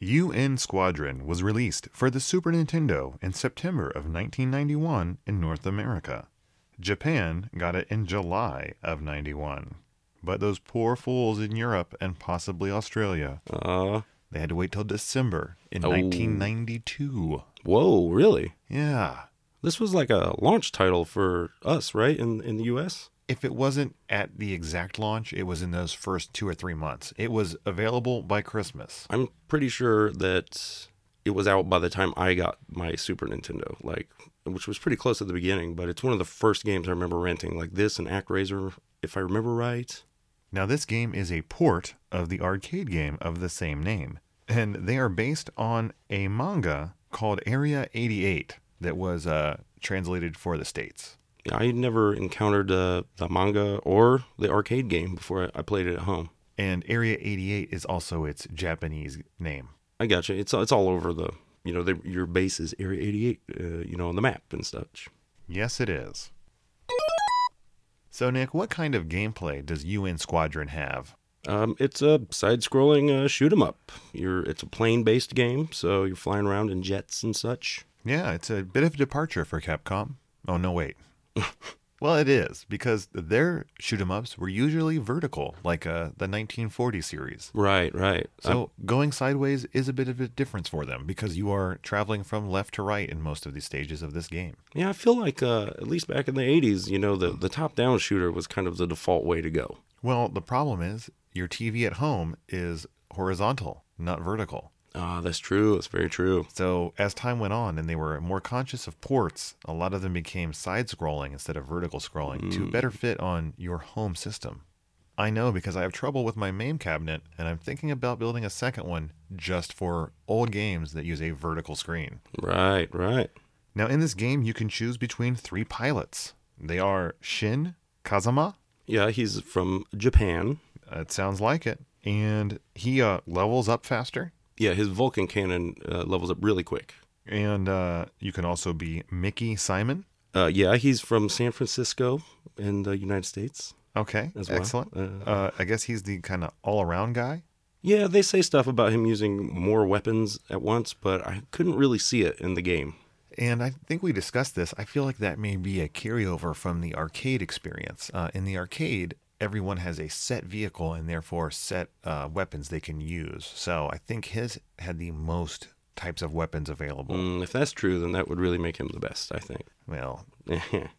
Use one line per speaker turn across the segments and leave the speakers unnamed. UN Squadron was released for the Super Nintendo in September of 1991 in North America. Japan got it in July of 91. But those poor fools in Europe and possibly Australia,
Uh,
they had to wait till December in
Oh.
1992.
whoa, really?
Yeah.
This was like a launch title for us, right? In in the US?
if it wasn't at the exact launch, it was in those first two or three months. It was available by Christmas.
I'm pretty sure that it was out by the time I got my Super Nintendo, like which was pretty close at the beginning, but it's one of the first games I remember renting, like this and ActRaiser, if I remember right.
Now, this game is a port of the arcade game of the same name, and they are based on a manga called Area 88 that was uh, translated for the States.
I never encountered uh, the manga or the arcade game before I I played it at home.
And Area 88 is also its Japanese name.
I gotcha. It's it's all over the you know the, your base is Area 88, uh, you know on the map and such.
Yes, it is. So, Nick, what kind of gameplay does UN Squadron have?
Um, it's a side-scrolling uh, shoot 'em up. You're it's a plane-based game, so you're flying around in jets and such.
Yeah, it's a bit of a departure for Capcom. Oh, no, wait. well, it is, because their shoot 'em ups were usually vertical, like uh, the 1940 series.
Right, right.
So going sideways is a bit of a difference for them because you are traveling from left to right in most of these stages of this game.
yeah, I feel like uh, at least back in the 80s, you know, the the top-down shooter was kind of the default way to go.
Well, the problem is your TV at home is horizontal, not vertical.
Ah, that's true. That's very true.
So as time went on and they were more conscious of ports, a lot of them became side scrolling instead of vertical scrolling to better fit on your home system. I know because I have trouble with my MAME cabinet and I'm thinking about building a second one just for old games that use a vertical screen.
Right, right.
Now in this game you can choose between three pilots. They are Shin, Kazama, uh,
Yeah, he's from Japan.
it sounds like it, and he uh, levels up faster.
Yeah, his Vulcan cannon uh, levels up really quick.
And uh, you can also be Mickey Simon.
Uh, yeah, he's from San Francisco in the United States.
Okay,
as well.
excellent.
Uh,
Uh, I guess he's the kind of all around guy.
yeah, they say stuff about him using more weapons at once, but I couldn't really see it in the game.
And I think we discussed this. I feel like that may be a carryover from the arcade experience. Uh, in the arcade, everyone has a set vehicle and therefore set uh, weapons they can use. So I think his had the most types of weapons available.
Mm, if that's true, then that would really make him the best, I think.
Well,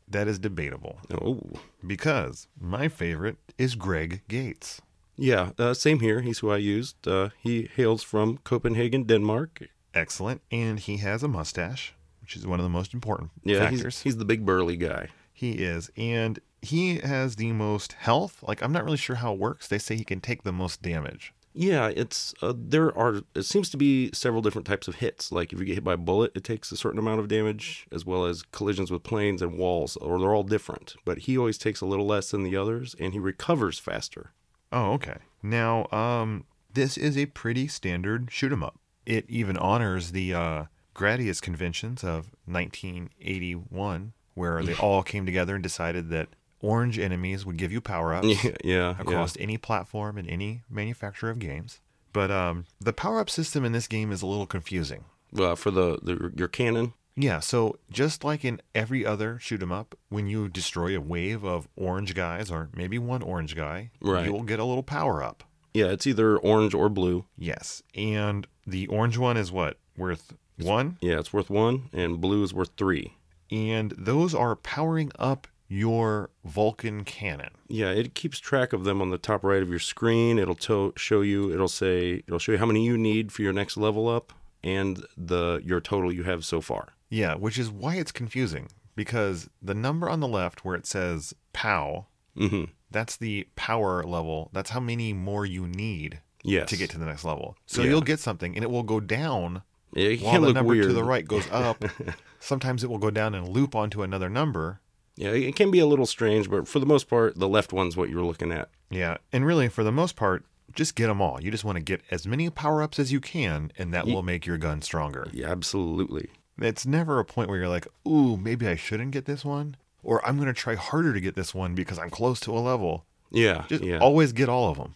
that is debatable
oh,
because my favorite is Greg Gates.
yeah, uh, same here. He's who I used. Uh, he hails from Copenhagen, Denmark.
Excellent. And he has a mustache, which is one of the most important
Yeah,
factors.
he's, he's the big burly guy.
He is. And he has the most health. Like, I'm not really sure how it works. They say he can take the most damage.
Yeah, it's uh, there are it seems to be several different types of hits. Like if you get hit by a bullet, it takes a certain amount of damage, as well as collisions with planes and walls, or they're all different. But he always takes a little less than the others, and he recovers faster.
Oh, okay. Now, um, this is a pretty standard shoot 'em up. It even honors the uh, Gradius conventions of 1981, where they all came together and decided that orange enemies would give you power ups.
Yeah, yeah, yeah.
across any platform and any manufacturer of games. But um, the power up system in this game is a little confusing.
Uh, for the, the your cannon.
Yeah, so just like in every other shoot 'em up, when you destroy a wave of orange guys or maybe one orange guy,
Right.
you'll get a little power up.
Yeah, it's either orange or blue.
Yes, and the orange one is what worth one,
Yeah, it's worth one, and blue is worth three.
and those are powering up your Vulcan cannon.
Yeah, it keeps track of them on the top right of your screen. It'll to- show you. It'll say. It'll show you how many you need for your next level up, and the your total you have so far.
Yeah, which is why it's confusing because the number on the left where it says pow
Mm-hmm.
that's the power level. That's how many more you need
Yes.
to get to the next level. So
Yeah.
you'll get something and it will go down
Yeah, it
While
can
the
look
number
weird.
to the right goes up, sometimes it will go down and loop onto another number.
Yeah, it can be a little strange, but for the most part, the left one's what you're looking at.
Yeah, and really, for the most part, just get them all. You just want to get as many power ups as you can, and that
Ye-
will make your gun stronger.
Yeah, absolutely.
It's never a point where you're like, ooh, maybe I shouldn't get this one, or I'm going to try harder to get this one because I'm close to a level.
Yeah,
Just
yeah.
always get all of them.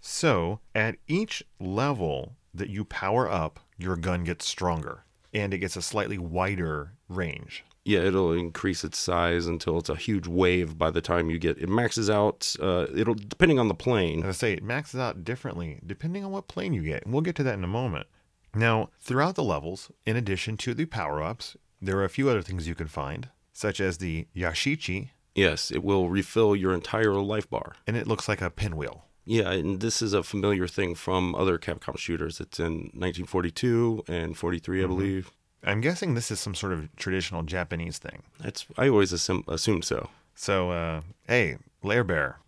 So, at each level that you power up, your gun gets stronger and it gets a slightly wider range.
yeah, it'll increase its size until it's a huge wave by the time you get it maxes out. Uh, it'll depending on the plane.
As I say, it maxes out differently depending on what plane you get, and we'll get to that in a moment. Now, throughout the levels, in addition to the power ups, there are a few other things you can find, such as the Yashichi,
Yes, it will refill your entire life bar.
and it looks like a pinwheel.
Yeah, and this is a familiar thing from other Capcom shooters. It's in 1942 and 43, I believe.
I'm guessing this is some sort of traditional Japanese thing.
That's I always assume, assume so.
So, uh, hey, Lair Bear,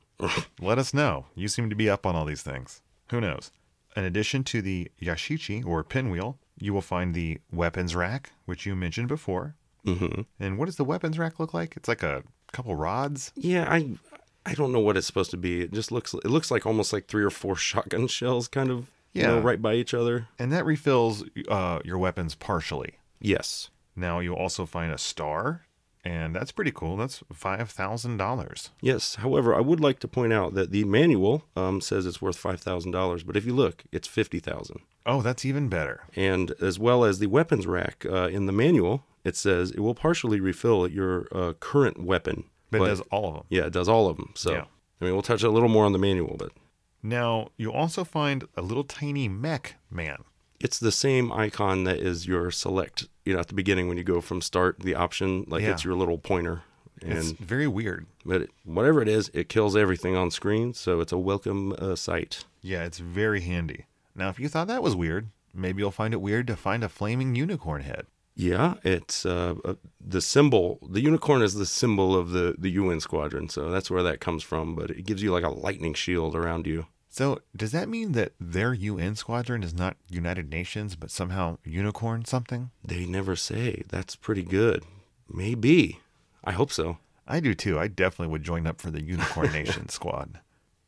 let us know. You seem to be up on all these things. Who knows? In addition to the Yashichi or pinwheel, you will find the weapons rack, which you mentioned before.
hmm
And what does the weapons rack look like? It's like a couple rods.
Yeah, I I don't know what it's supposed to be. It just looks it looks like almost like three or four shotgun shells, kind of. you know,
Yeah.
right by each other.
And that refills uh, your weapons partially.
Yes.
Now you'll also find a star, and that's pretty cool. That's $5,000.
Yes. However, I would like to point out that the manual um, says it's worth five thousand dollars, but if you look, it's fifty thousand.
Oh, that's even better.
And as well as the weapons rack uh, in the manual, it says it will partially refill your uh, current weapon.
But, it does all of them.
yeah, it does all of them. So
Yeah.
I mean, we'll touch a little more on the manual, but
Now you'll also find a little tiny mech man.
it's the same icon that is your select. You know, at the beginning when you go from start, the option like
Yeah.
it's your little pointer. And
It's very weird.
but it, whatever it is, it kills everything on screen, so it's a welcome uh, sight.
Yeah, it's very handy. Now, if you thought that was weird, maybe you'll find it weird to find a flaming unicorn head.
Yeah, it's uh, uh, the symbol. The unicorn is the symbol of the, the UN squadron, so that's where that comes from. But it gives you like a lightning shield around you.
So, does that mean that their UN squadron is not United Nations, but somehow unicorn something?
They never say. That's pretty good. Maybe. I hope so.
I do too. I definitely would join up for the Unicorn Nation squad.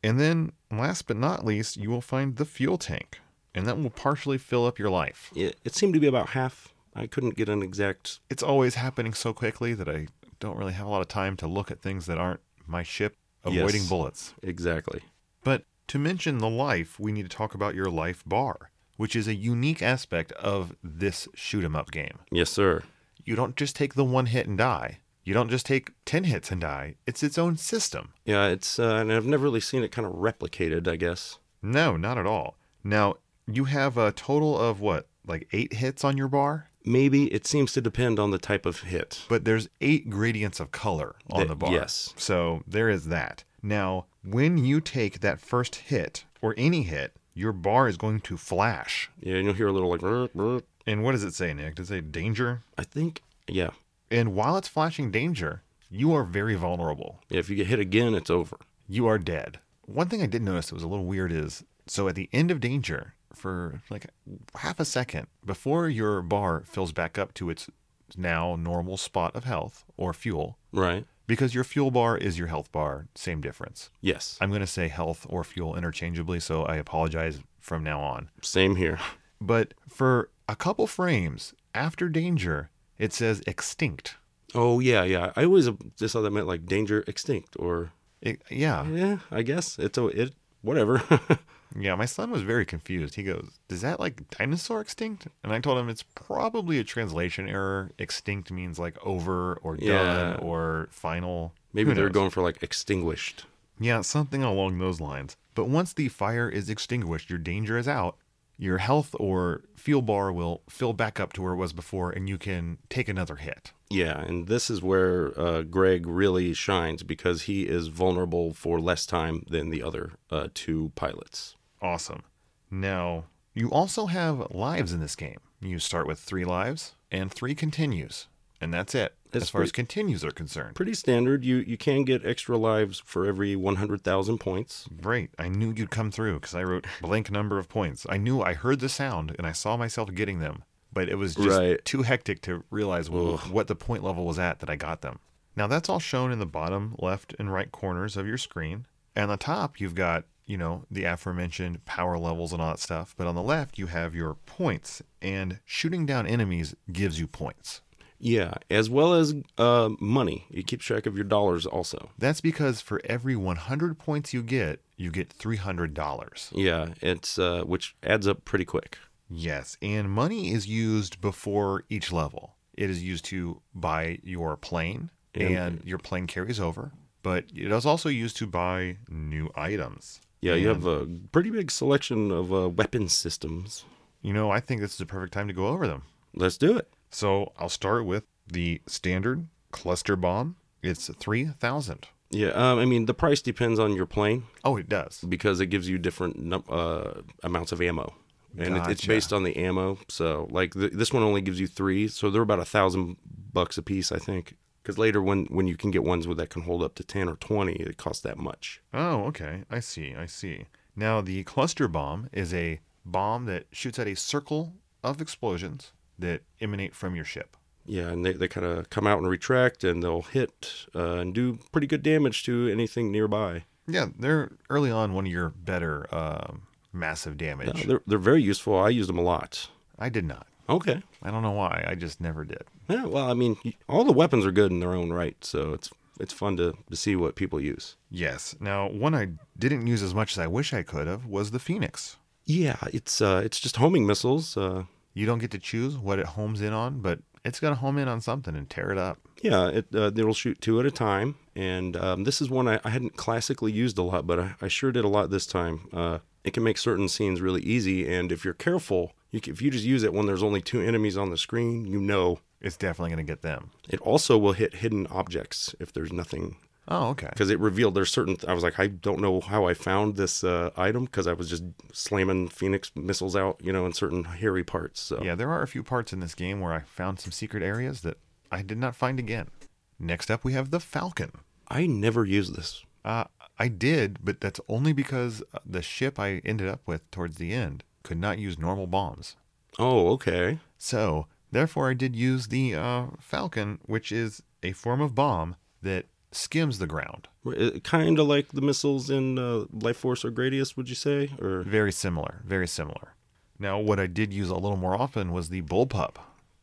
And then, last but not least, you will find the fuel tank, and that will partially fill up your life.
It, it seemed to be about half. I couldn't get an exact.
It's always happening so quickly that I don't really have a lot of time to look at things that aren't my ship avoiding
Yes.
bullets.
Exactly.
But to mention the life, we need to talk about your life bar, which is a unique aspect of this shoot 'em up game.
Yes, sir.
You don't just take the one hit and die. You don't just take 10 hits and die. It's its own system.
Yeah, it's. Uh, and I've never really seen it kind of replicated, I guess.
No, not at all. Now, you have a total of what, like 8 hits on your bar,
Maybe it seems to depend on the type of hit.
but there's 8 gradients of color on
Th-
the bar.
yes.
So, there is that. Now, when you take that first hit or any hit, your bar is going to flash.
Yeah, and you'll hear a little like. "Brr, brr."
And what does it say, Nick? Does it say danger?
I think. Yeah.
And while it's flashing danger, you are very vulnerable.
Yeah, if you get hit again, it's over.
You are dead. One thing I did notice that was a little weird is so at the end of danger, for like half a second, before your bar fills back up to its now normal spot of health or fuel,
Right.
because your fuel bar is your health bar, same difference.
Yes.
I'm going to say health or fuel interchangeably, so I apologize from now on.
Same here.
But for a couple frames after danger, it says extinct.
Oh yeah, yeah. I always uh, just thought that meant like danger extinct or
It, yeah.
yeah. I guess it's a it whatever.
Yeah, my son was very confused. He goes, "Does that like dinosaur extinct?" And I told him it's probably a translation error. Extinct means like over or
Yeah.
done or final.
Maybe
Who
they're
knows?
going for like extinguished.
Yeah, something along those lines. But once the fire is extinguished, your danger is out. Your health or fuel bar will fill back up to where it was before, and you can take another hit.
Yeah, and this is where uh, Greg really shines because he is vulnerable for less time than the other uh, two pilots.
Awesome. Now, you also have lives in this game. You start with three lives and three continues, and that's it
That's
as far as
pretty-
continues are concerned.
Pretty standard. You you can get extra lives for every one hundred thousand points.
Great. I knew you'd come through because I wrote blank number of points. I knew I heard the sound and I saw myself getting them. but it was just
Right.
too hectic to realize wh- what the point level was at that I got them. Now that's all shown in the bottom left and right corners of your screen. And on the top, you've got, you know, the aforementioned power levels and all that stuff. But on the left, you have your points, and shooting down enemies gives you points.
Yeah, as well as uh, money. It keeps track of your dollars also.
That's because for every 100 points you get, you get $300.
Yeah, it's uh, which adds up pretty quick.
Yes, and money is used before each level. It is used to buy your plane, and,
And-
your plane carries over, but it is also used to buy new items.
Yeah, you
And,
have a pretty big selection of uh, weapon systems.
You know, I think this is the perfect time to go over them.
Let's do it.
So I'll start with the standard cluster bomb. It's 3,000.
Yeah, um, I mean the price depends on your plane
Oh, it does.
because it gives you different num- uh, amounts of ammo, and it, it's
Gotcha.
based on the ammo. So like th- this one only gives you three, so they're about a thousand bucks a piece, I think. Because later when when you can get ones with that can hold up to ten or twenty, it costs that much.
Oh, okay. I see. I see. Now, the cluster bomb is a bomb that shoots at a circle of explosions that emanate from your ship.
Yeah, and they, they kind of come out and retract, and they'll hit uh, and do pretty good damage to anything nearby.
Yeah, they're early on one of your better um, massive
Yeah,
damage.
they're, they're very useful. I use them a lot.
I did not.
Okay.
I don't know why. I just never did.
Yeah, well, I mean, y- all the weapons are good in their own right, so it's it's fun to, to see what people use.
Yes. Now, one I didn't use as much as I wish I could have was the Phoenix.
Yeah, it's uh, it's just homing missiles. Uh,
You don't get to choose what it homes in on, but it's going to home in on something and tear it up.
yeah, it uh, it'll shoot two at a time, and um, this is one I, I hadn't classically used a lot, but I, I sure did a lot this time. Uh, it can make certain scenes really easy, and if you're careful, you can, if you just use it when there's only two enemies on the screen, you know.
It's definitely going to get them.
It also will hit hidden objects if there's nothing
Oh, okay.
because it revealed there's certain. I was like, I don't know how I found this uh, item because I was just slamming Phoenix missiles out, you know, in certain hairy parts. So
Yeah, there are a few parts in this game where I found some secret areas that I did not find again. Next up, we have the Falcon.
I never use this.
Uh, I did, but that's only because uh, the ship I ended up with towards the end could not use normal bombs.
Oh, okay.
So, therefore, I did use the uh, Falcon, which is a form of bomb that skims the ground.
Kind of like the missiles in uh, Life Force or Gradius, would you say? Or
Very similar, very similar. Now, what I did use a little more often was the bullpup.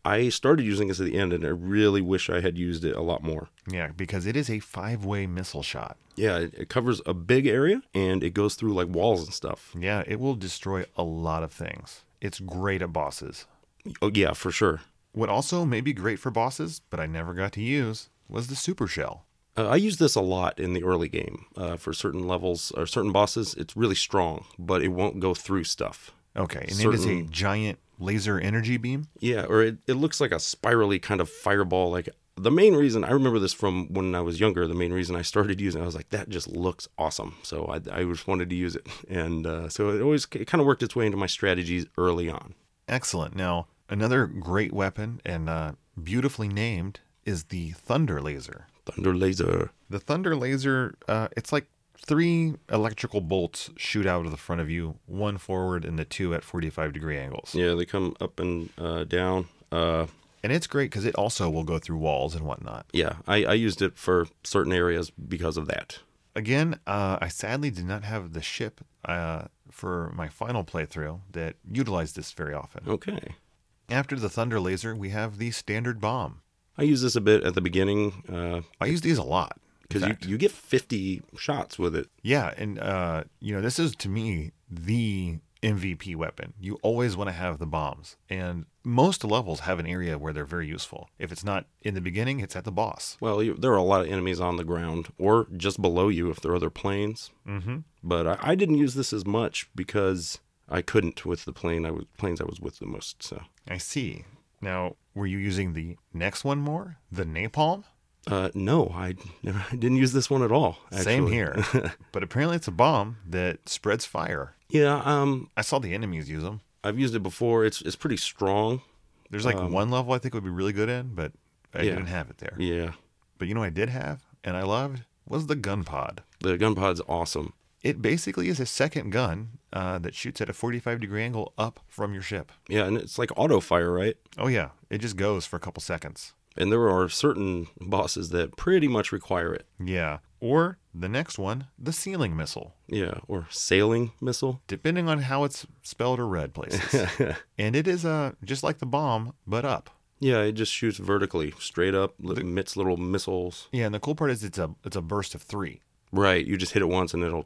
I started using this at the end, and I really wish I had used it a lot more.
Yeah, because it is a five way missile shot.
Yeah, it, it covers a big area, and it goes through like walls and stuff.
Yeah, it will destroy a lot of things. It's great at bosses.
Oh yeah, for sure.
What also may be great for bosses, but I never got to use, was the super shell.
Uh, I use this a lot in the early game uh, for certain levels or certain bosses. It's really strong, but it won't go through stuff.
Okay, and it is a
Certain-
giant laser energy beam.
Yeah, or it, it looks like a spirally kind of fireball. Like the main reason I remember this from when I was younger, the main reason I started using it, I was like, that just looks awesome. So I, I just wanted to use it. And uh, so it always it kind of worked its way into my strategies early on.
Excellent. Now, another great weapon and uh, beautifully named is the thunder laser.
Thunder laser.
The thunder laser, uh, it's like three electrical bolts shoot out of the front of you, one forward and the two at 45 degree angles.
Yeah, they come up and uh, down. Uh,
And it's great because it also will go through walls and whatnot.
yeah, I, I used it for certain areas because of that.
Again, uh, I sadly did not have the ship uh, for my final playthrough that utilized this very often.
Okay.
After the Thunder Laser, we have the Standard Bomb.
I use this a bit at the beginning. Uh,
I use these a lot. in
because you,
fact.
you get 50 shots with it
yeah, and uh, you know this is to me the MVP weapon. You always want to have the bombs, and most levels have an area where they're very useful. If it's not in the beginning, it's at the boss.
well you, there are a lot of enemies on the ground or just below you if there are other planes
Mm-hmm.
but I, I didn't use this as much because i couldn't with the plane i was planes i was with the most so
I see. Now, were you using the next one more? The napalm?
uh, no i never I didn't use this one at all
Same
actually.
here. but apparently, it's a bomb that spreads fire.
yeah um
I saw the enemies use them.
i've used it before it's it's pretty strong
There's like one level I think would be really good in, but I
Um, Yeah.
didn't have it there.
yeah
But you know, what I did have, and I loved was the gun pod.
the gun pod's awesome
It basically is a second gun uh, that shoots at a 45 degree angle up from your ship.
Yeah, and it's like auto fire, right?
Oh, yeah. It just goes for a couple seconds.
And there are certain bosses that pretty much require it.
Yeah. Or the next one, the ceiling missile,
Yeah, or sailing missile.
depending on how it's spelled or read places. and it is uh, just like the bomb, but up.
Yeah, it just shoots vertically, straight up, li- emits little missiles.
Yeah, and the cool part is it's a it's a burst of three,
Right, you just hit it once and it'll.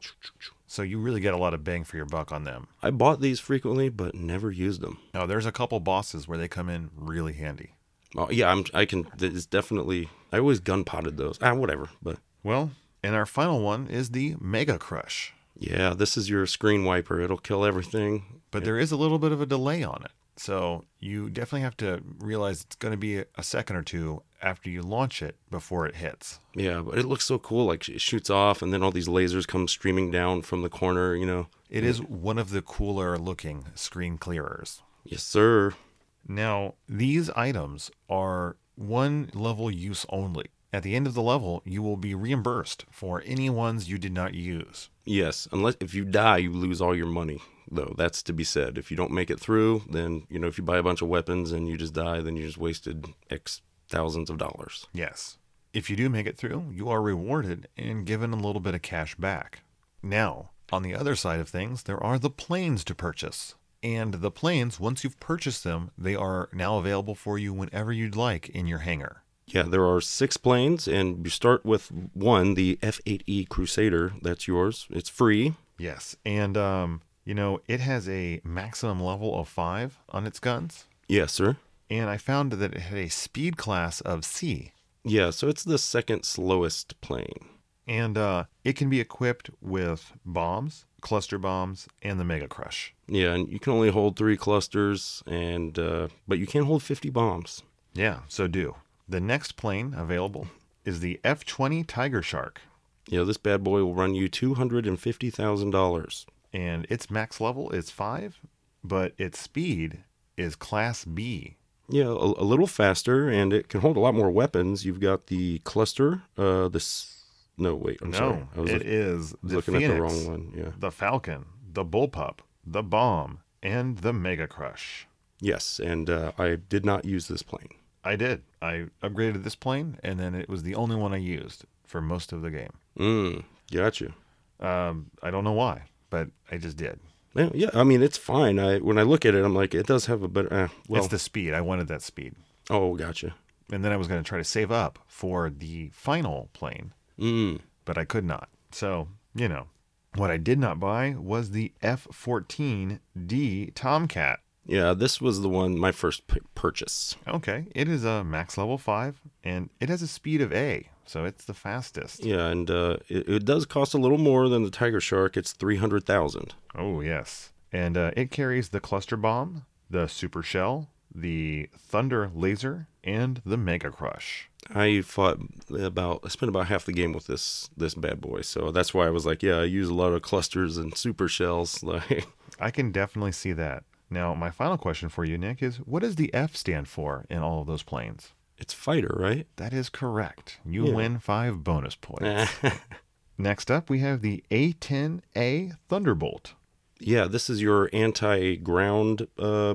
so you really get a lot of bang for your buck on them.
I bought these frequently, but never used them.
Now, there's a couple bosses where they come in really handy.
Oh, yeah, I'm. I can. It's definitely. I always gun potted those. Ah, whatever. But
Well, and our final one is the Mega Crush,
yeah, this is your screen wiper. It'll kill everything.
but there is a little bit of a delay on it, so you definitely have to realize it's going to be a a second or two after you launch it before it hits.
Yeah, but it looks so cool. Like it shoots off, and then all these lasers come streaming down from the corner. You know.
It is one of the cooler looking screen clearers.
Yes, sir.
Now, these items are one level use only. At the end of the level, you will be reimbursed for any ones you did not use.
Yes, unless if you die, you lose all your money. Though that's to be said. If you don't make it through, then you know if you buy a bunch of weapons and you just die, then you just wasted X thousands of dollars.
Yes. If you do make it through, you are rewarded and given a little bit of cash back. Now, on the other side of things, there are the planes to purchase. And the planes, once you've purchased them, they are now available for you whenever you'd like in your hangar.
Yeah, there are six planes, and you start with one, the F8E Crusader. That's yours. It's free.
Yes. And, um, you know, it has a maximum level of five on its guns.
Yes, sir.
and I found that it had a speed class of C,
Yeah, so it's the second slowest plane.
and uh, it can be equipped with bombs, cluster bombs, and the Mega Crush.
Yeah, and you can only hold three clusters, and uh, but you can hold fifty bombs.
Yeah, so do. The next plane available is the F 20 Tiger Shark,
Yeah, this bad boy will run you two hundred and fifty thousand dollars.
and its max level is 5, but its speed is Class B.
Yeah, a, a little faster, and it can hold a lot more weapons. You've got the cluster. Uh, this no, wait, I'm sorry,
No,
I was
it
look-
is the
looking
Phoenix,
at the wrong one. Yeah,
the Falcon, the Bullpup, the Bomb, and the Mega Crush.
yes, and uh, I did not use this plane.
I did. I upgraded this plane, and then it was the only one I used for most of the game.
Mm, got you.
Um, I don't know why, but I just did.
Yeah, yeah, I mean it's fine. I when I look at it, I'm like it does have a better. Eh, well,
it's the speed. I wanted that speed.
oh, gotcha.
And then I was going to try to save up for the final plane,
Mm,
but I could not. So, you know, what I did not buy was the F 14D Tomcat.
yeah, this was the one my first p- purchase.
Okay. It is a max level five, and it has a speed of A, so it's the fastest.
Yeah, and uh, it, it does cost a little more than the Tiger Shark. It's three hundred thousand.
Oh, yes. And uh, it carries the cluster bomb, the super shell, the thunder laser, and the mega crush.
I fought about I spent about half the game with this this bad boy, so that's why I was like, yeah, I use a lot of clusters and super shells. Like,
I can definitely see that. Now, my final question for you, Nick, is what does the F stand for in all of those planes?
it's fighter, right?
That is correct. You
Yeah.
win five bonus points. Next up, we have the A10A Thunderbolt.
yeah, this is your anti-ground uh,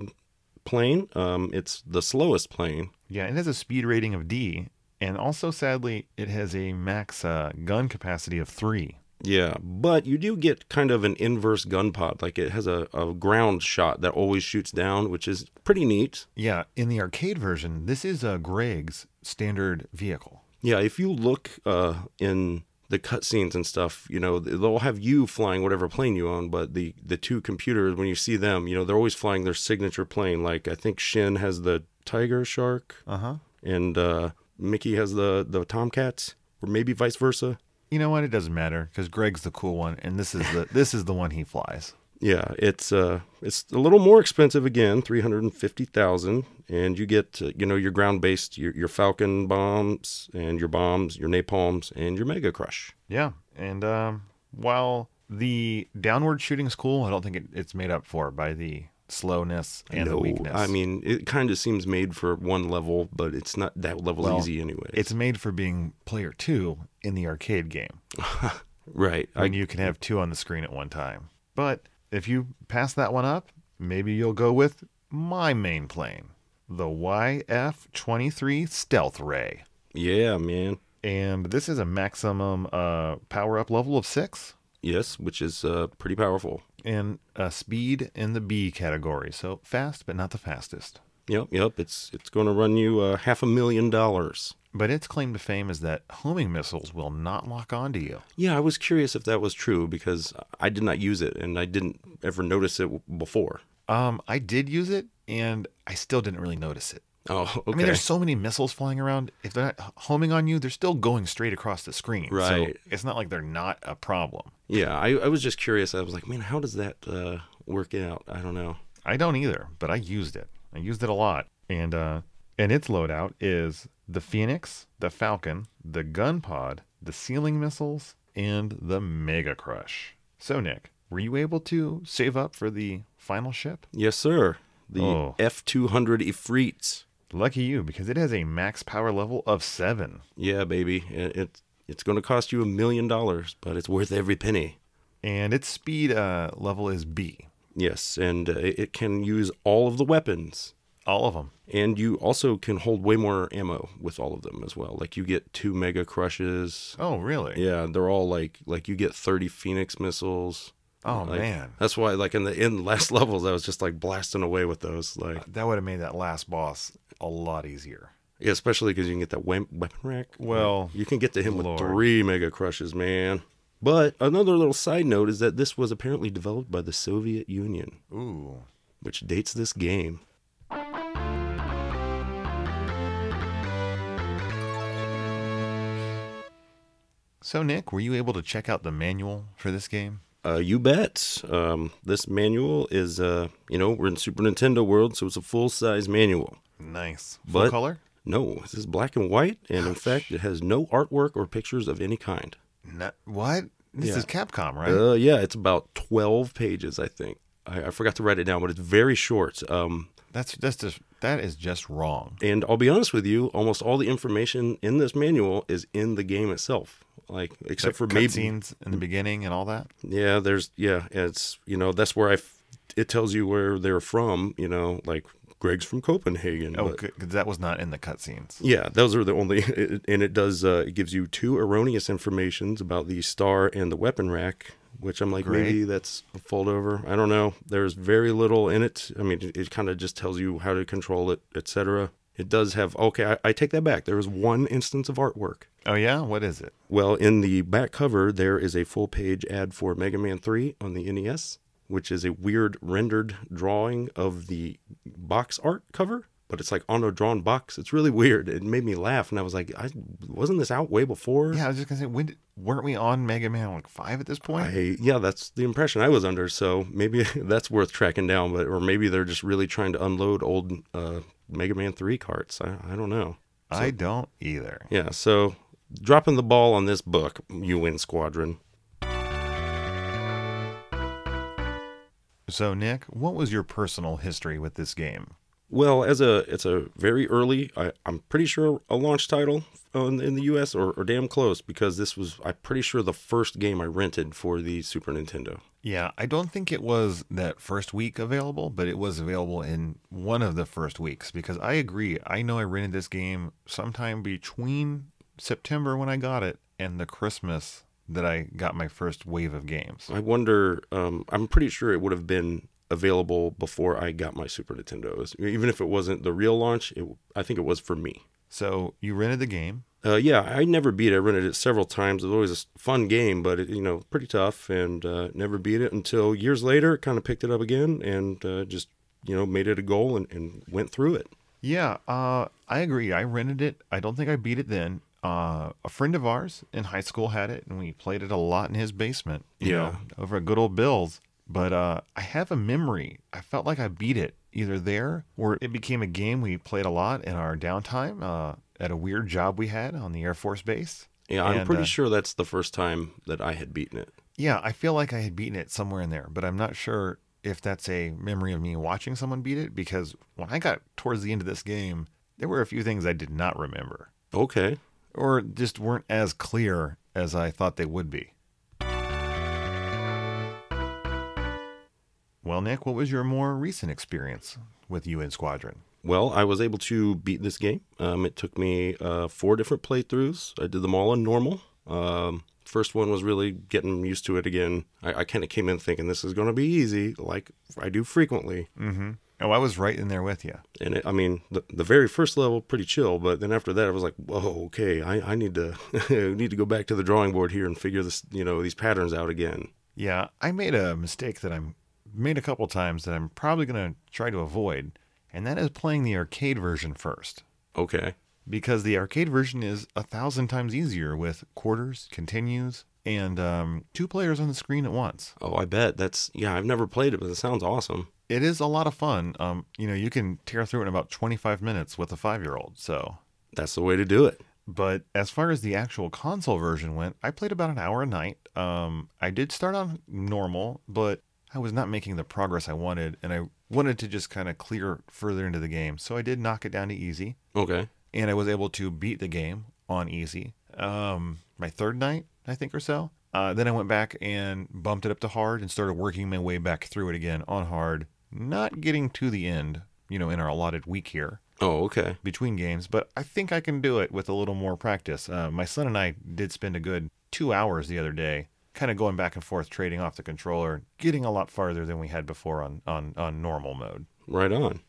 plane. Um, it's the slowest plane.
Yeah, it has a speed rating of D, and also, sadly, it has a max uh, gun capacity of three.
Yeah, but you do get kind of an inverse gun pod. Like it has a, a ground shot that always shoots down, which is pretty neat.
Yeah, in the arcade version, this is uh, Greg's standard vehicle.
Yeah, if you look uh, in the cutscenes and stuff, you know they'll have you flying whatever plane you own, but the the two computers when you see them, you know they're always flying their signature plane. Like I think Shin has the Tiger Shark,
Uh huh.
and uh, Mickey has the the Tomcats, or maybe vice versa.
You know what? It doesn't matter because Greg's the cool one, and this is the this is the one he flies.
Yeah, it's uh it's a little more expensive again, 350,000 and you get uh, you know your ground based your, your Falcon bombs and your bombs, your napalms and your Mega Crush.
Yeah, and um, while the downward shooting is cool, I don't think it, it's made up for by the slowness and the
No,
weakness.
I mean, it kind of seems made for one level, but it's not that level
Well,
easy anyway.
it's made for being player two in the arcade game.
Right. I,
and you can have two on the screen at one time. But if you pass that one up, maybe you'll go with my main plane, the YF 23 Stealth Ray.
yeah, man.
And this is a maximum uh, power up level of six
Yes, which is uh, pretty powerful.
and uh, speed in the B category. So fast, but not the fastest.
Yep, yep. It's it's going to run you uh, half a million dollars.
But its claim to fame is that homing missiles will not lock onto you.
Yeah, I was curious if that was true because I did not use it and I didn't ever notice it w- before.
Um, I did use it, and I still didn't really notice it.
Oh, okay.
I mean, there's so many missiles flying around. If they're not homing on you, they're still going straight across the screen.
Right.
So it's not like they're not a problem.
yeah, I, I was just curious. I was like, man, how does that uh, work out? I don't know.
I don't either, but I used it. I used it a lot. And uh and its loadout is the Phoenix, the Falcon, the gun pod, the ceiling missiles, and the Mega Crush. So Nick, were you able to save up for the final ship?
Yes, sir. The
Oh.
F two hundred Ifrit.
Lucky you, because it has a max power level of seven.
Yeah, baby. It, it it's going to cost you a million dollars, but it's worth every penny.
And its speed uh level is B.
Yes, and uh, it, it can use all of the weapons.
All of them.
And you also can hold way more ammo with all of them as well. Like you get two mega crushes.
Oh really?
Yeah, they're all like like you get thirty Phoenix missiles.
Oh
Like,
man.
that's why like in the end last levels I was just like blasting away with those like
That would have made that last boss a lot easier.
yeah, especially because you can get that wem- weapon rack.
Well,
you can get to him
Lord.
with three mega crushes, man. But another little side note is that this was apparently developed by the Soviet Union,
Ooh.
which dates this game.
So, Nick, were you able to check out the manual for this game?
Uh, you bet. Um, this manual is, uh, you know, we're in Super Nintendo world, so it's a full size manual.
Nice. Full
But-
color?
No, this is black and white, and in fact, it has no artwork or pictures of any kind.
No, what? This
Yeah.
is Capcom, right?
Uh, yeah, it's about 12 pages, I think. I, I forgot to write it down, but it's very short. Um,
That's that's just that is just wrong.
and I'll be honest with you, almost all the information in this manual is in the game itself. Like, except for maybe.
cutscenes in the beginning and all that.
Yeah, there's, yeah, it's, you know, that's where I, f- it tells you where they're from, you know, like Greg's from Copenhagen.
Oh,
but-
good, 'cause that was not in the cutscenes.
Yeah, those are the only, and it does. Uh, it gives you two erroneous informations about the star and the weapon rack, which I'm like,
Great.
maybe that's a fold over. I don't know. There's very little in it. I mean, it, kind of just tells you how to control it, etc. It does have. Okay, I, I take that back. There is one instance of artwork.
Oh yeah, what is it?
Well, in the back cover, there is a full page ad for Mega Man 3 on the NES, which is a weird rendered drawing of the box art cover, but it's like on a drawn box. It's really weird. It made me laugh, and I was like, I wasn't this out way before?
Yeah, I was just gonna say, when did, weren't we on Mega Man like five at this point?
I, yeah, that's the impression I was under. So maybe that's worth tracking down, but or maybe they're just really trying to unload old uh, Mega Man 3 carts. I, I don't know.
I, don't either.
Yeah, so dropping the ball on this book, you win, Squadron.
So, Nick, what was your personal history with this game?
Well, as a it's a very early, I, I'm pretty sure a launch title on, in the U.S. Or, or damn close because this was I'm pretty sure the first game I rented for the Super Nintendo.
Yeah, I don't think it was that first week available, but it was available in one of the first weeks because I agree. I know I rented this game sometime between September when I got it and the Christmas that I got my first wave of games.
I wonder. Um, I'm pretty sure it would have been available before I got my Super Nintendo. It's- Even if it wasn't the real launch, it, I think it was for me.
So you rented the game.
Uh, yeah, I never beat it. I rented it several times. It was always a s- fun game, but it, you know, pretty tough, and uh, never beat it until years later. Kind of picked it up again and uh, just you know made it a goal and, and went through it.
Yeah, uh, I agree. I rented it. I don't think I beat it then. Uh, a friend of ours in high school had it, and we played it a lot in his basement. you
Yeah.
know, over at good old Bill's. But uh, I have a memory. I felt like I beat it either there or it became a game we played a lot in our downtime uh, at a weird job we had on the Air Force Base.
Yeah, I'm
And,
pretty
uh,
sure that's the first time that I had beaten it.
Yeah, I feel like I had beaten it somewhere in there, but I'm not sure if that's a memory of me watching someone beat it because when I got towards the end of this game, there were a few things I did not remember.
Okay.
or just weren't as clear as I thought they would be. Well, Nick, what was your more recent experience with UN Squadron?
Well, I was able to beat this game. Um, it took me uh, four different playthroughs. I did them all on normal. Um, first one was really getting used to it again. I, I kind of came in thinking this is going to be easy, like I do frequently.
Mm-hmm. Oh, I was right in there with you.
And it, I mean, the, the very first level pretty chill, but then after that, I was like, whoa, okay, I, I need to need to go back to the drawing board here and figure this, you know, these patterns out again.
Yeah, I made a mistake that I'm made a couple times that I'm probably going to try to avoid, and that is playing the arcade version first.
Okay.
because the arcade version is a thousand times easier with quarters, continues, and um, two players on the screen at once.
Oh, I bet that's yeah. I've never played it, but it sounds awesome.
It is a lot of fun. Um, you know, you can tear through it in about 25 minutes with a five year old. So,
That's the way to do it.
but as far as the actual console version went, I played about an hour a night. Um, I did start on normal, but I was not making the progress I wanted, and I wanted to just kind of clear further into the game. So I did knock it down to easy.
Okay.
and I was able to beat the game on easy. Um, my third night, I think, or so. Uh, then I went back and bumped it up to hard and started working my way back through it again on hard, not getting to the end, you know, in our allotted week here
Oh, okay.
between games, but I think I can do it with a little more practice. Uh, my son and I did spend a good two hours the other day, kind of going back and forth, trading off the controller, getting a lot farther than we had before on, on, on normal mode.
Right on.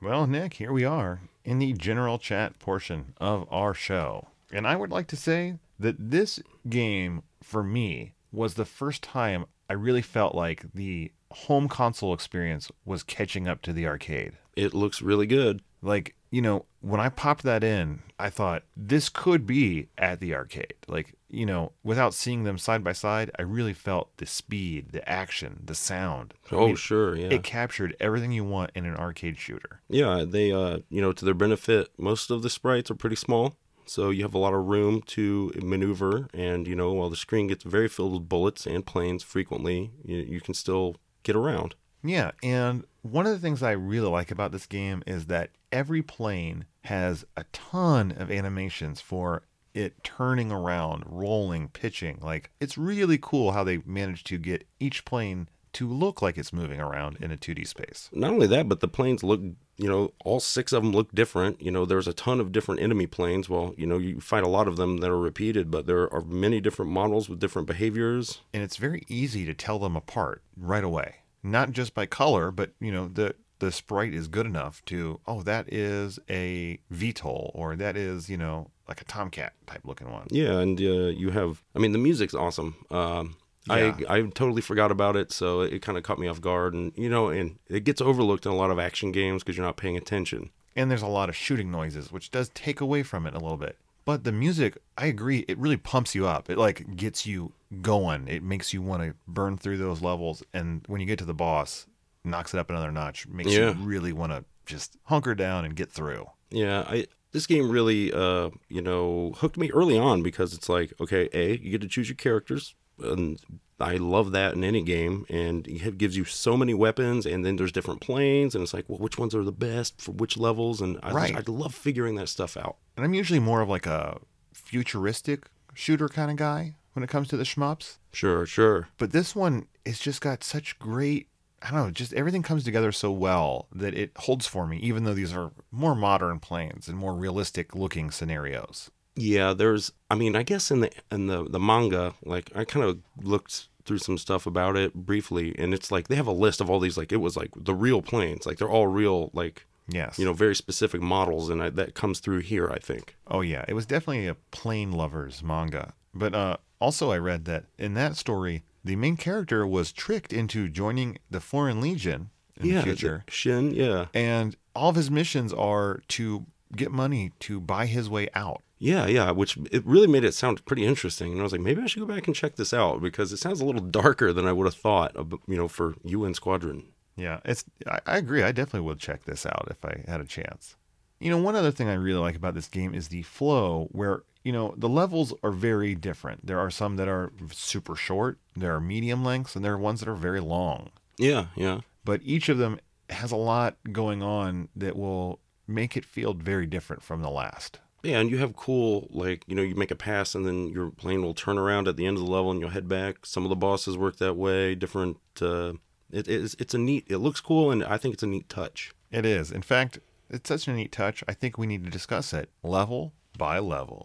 Well, Nick, here we are in the general chat portion of our show. And I would like to say that this game, for me, was the first time I really felt like the home console experience was catching up to the arcade.
It looks really good.
Like, you know, when I popped that in, I thought this could be at the arcade. Like, you know, without seeing them side by side, I really felt the speed, the action, the sound. I
Oh,
mean,
sure. Yeah.
It captured everything you want in an arcade shooter.
Yeah, they uh, you know, to their benefit, most of the sprites are pretty small, so you have a lot of room to maneuver and you know, while the screen gets very filled with bullets and planes frequently, you, you can still get around.
Yeah, and one of the things I really like about this game is that every plane has a ton of animations for it turning around, rolling, pitching. Like it's really cool how they managed to get each plane to look like it's moving around in a 2D space.
Not only that, but the planes look, you know, all six of them look different. You know, there's a ton of different enemy planes. Well, you know, you fight a lot of them that are repeated, but there are many different models with different behaviors.
And it's very easy to tell them apart right away. Not just by color, but you know, the the sprite is good enough to, oh, that is a VTOL or that is, you know, like a Tomcat type looking one.
Yeah, and uh, you have. I mean, the music's awesome. Um,
Yeah.
I I totally forgot about it, so it kind of caught me off guard. And you know, and it gets overlooked in a lot of action games because you're not paying attention.
and there's a lot of shooting noises, which does take away from it a little bit. But the music, I agree, it really pumps you up. It like gets you going. It makes you want to burn through those levels, and when you get to the boss, knocks it up another notch. Makes
Yeah.
you really want to just hunker down and get through.
Yeah, I this game really uh you know hooked me early on because it's like okay, a you get to choose your characters and. I love that in any game, and it gives you so many weapons, and then there's different planes, and it's like, well, which ones are the best for which levels, and I, just-
Right.
I love figuring that stuff out.
And I'm usually more of like a futuristic shooter kind of guy when it comes to the shmups.
Sure, sure.
but this one it's just got such great i don't know just everything comes together so well that it holds for me even though these are more modern planes and more realistic looking scenarios
Yeah, there's I mean, I guess in the in the the manga, like I kind of looked through some stuff about it briefly and it's like they have a list of all these like it was like the real planes, like they're all real like,
yes
you know, very specific models and I, that comes through here, I think.
oh yeah it was definitely a plane lovers manga but uh also i read that in that story the main character was tricked into joining the foreign legion in
yeah,
the future
Shin, yeah.
and all of his missions are to get money to buy his way out
Yeah, yeah, which it really made it sound pretty interesting. And I was like, maybe I should go back and check this out because it sounds a little darker than I would have thought, of, you know, for UN Squadron.
Yeah, it's. I, I agree. I definitely would check this out if I had a chance. You know, one other thing I really like about this game is the flow, where you know the levels are very different. There are some that are super short, there are medium lengths, and there are ones that are very long.
Yeah, yeah.
But each of them has a lot going on that will make it feel very different from the last.
Yeah, and you have cool like you know you make a pass and then your plane will turn around at the end of the level and you'll head back. Some of the bosses work that way. Different. Uh, it, it's it's a neat. It looks cool and I think it's a neat touch.
It is. In fact, it's such a neat touch. I think we need to discuss it level by level.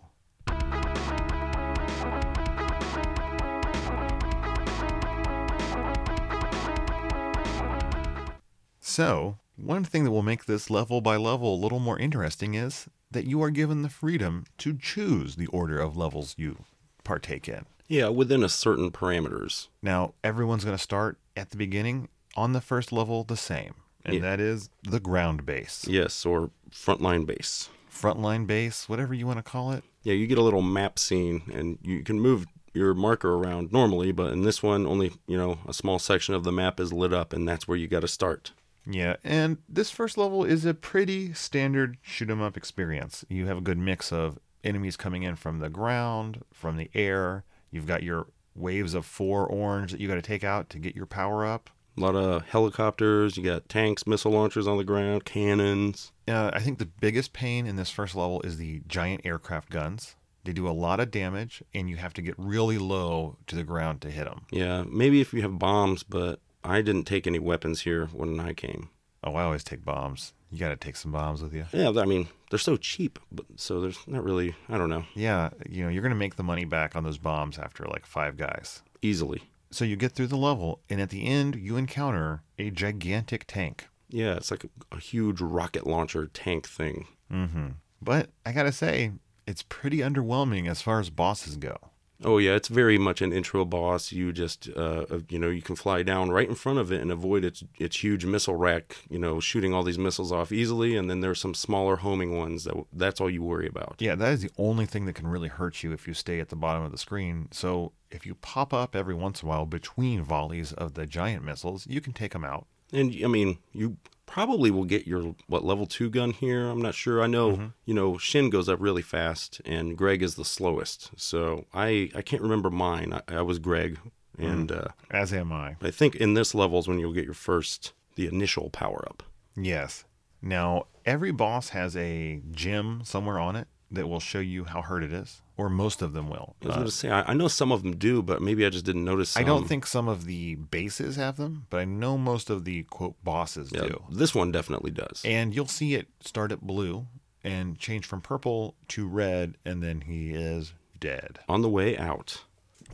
So, one thing that will make this level by level a little more interesting is that you are given the freedom to choose the order of levels you partake in.
Yeah, within a certain parameters.
Now, everyone's going to start at the beginning on the first level the same, and
Yeah.
that is the ground base,
Yes, or frontline base.
frontline base, whatever you want to call it.
Yeah, you get a little map scene and you can move your marker around normally, but in this one only, you know, a small section of the map is lit up and that's where you got to start.
Yeah, and this first level is a pretty standard shoot 'em up experience. You have a good mix of enemies coming in from the ground, from the air. You've got your waves of four orange that you got to take out to get your power up.
A lot of helicopters, you got tanks, missile launchers on the ground, cannons.
Uh, I think the biggest pain in this first level is the giant aircraft guns. They do a lot of damage, and you have to get really low to the ground to hit them.
Yeah, maybe if you have bombs, but I didn't take any weapons here when I came.
Oh, I always take bombs. You got to take some bombs with you.
Yeah, I mean, they're so cheap, but so there's not really, I don't know,
Yeah, you know, you're going to make the money back on those bombs after like five guys.
easily.
So you get through the level, and at the end, you encounter a gigantic tank.
Yeah, it's like a, a huge rocket launcher tank thing.
Mm-hmm. But I gotta say, it's pretty underwhelming as far as bosses go.
Oh yeah, it's very much an intro boss. You just uh, you know you can fly down right in front of it and avoid its its huge missile rack. You know, shooting all these missiles off easily, and then there's some smaller homing ones that that's all you worry about.
Yeah, that is the only thing that can really hurt you if you stay at the bottom of the screen. So if you pop up every once in a while between volleys of the giant missiles, you can take them out.
And I mean, you probably will get your what level two gun here. I'm not sure. I know
Mm-hmm.
you know Shin goes up really fast, and Greg is the slowest. So I I can't remember mine. I, I was Greg,
Mm-hmm.
and uh,
As am I.
I think in this level is when you'll get your first the initial power up.
Yes. Now, every boss has a gem somewhere on it that will show you how hurt it is, or most of them will.
I was going to say, I, I know some of them do, but maybe I just didn't notice.
I don't
some.
think some of the bases have them, but I know most of the quote bosses
Yeah,
do.
This one definitely does.
And you'll see it start at blue and change from purple to red, and then he is dead.
On the way out.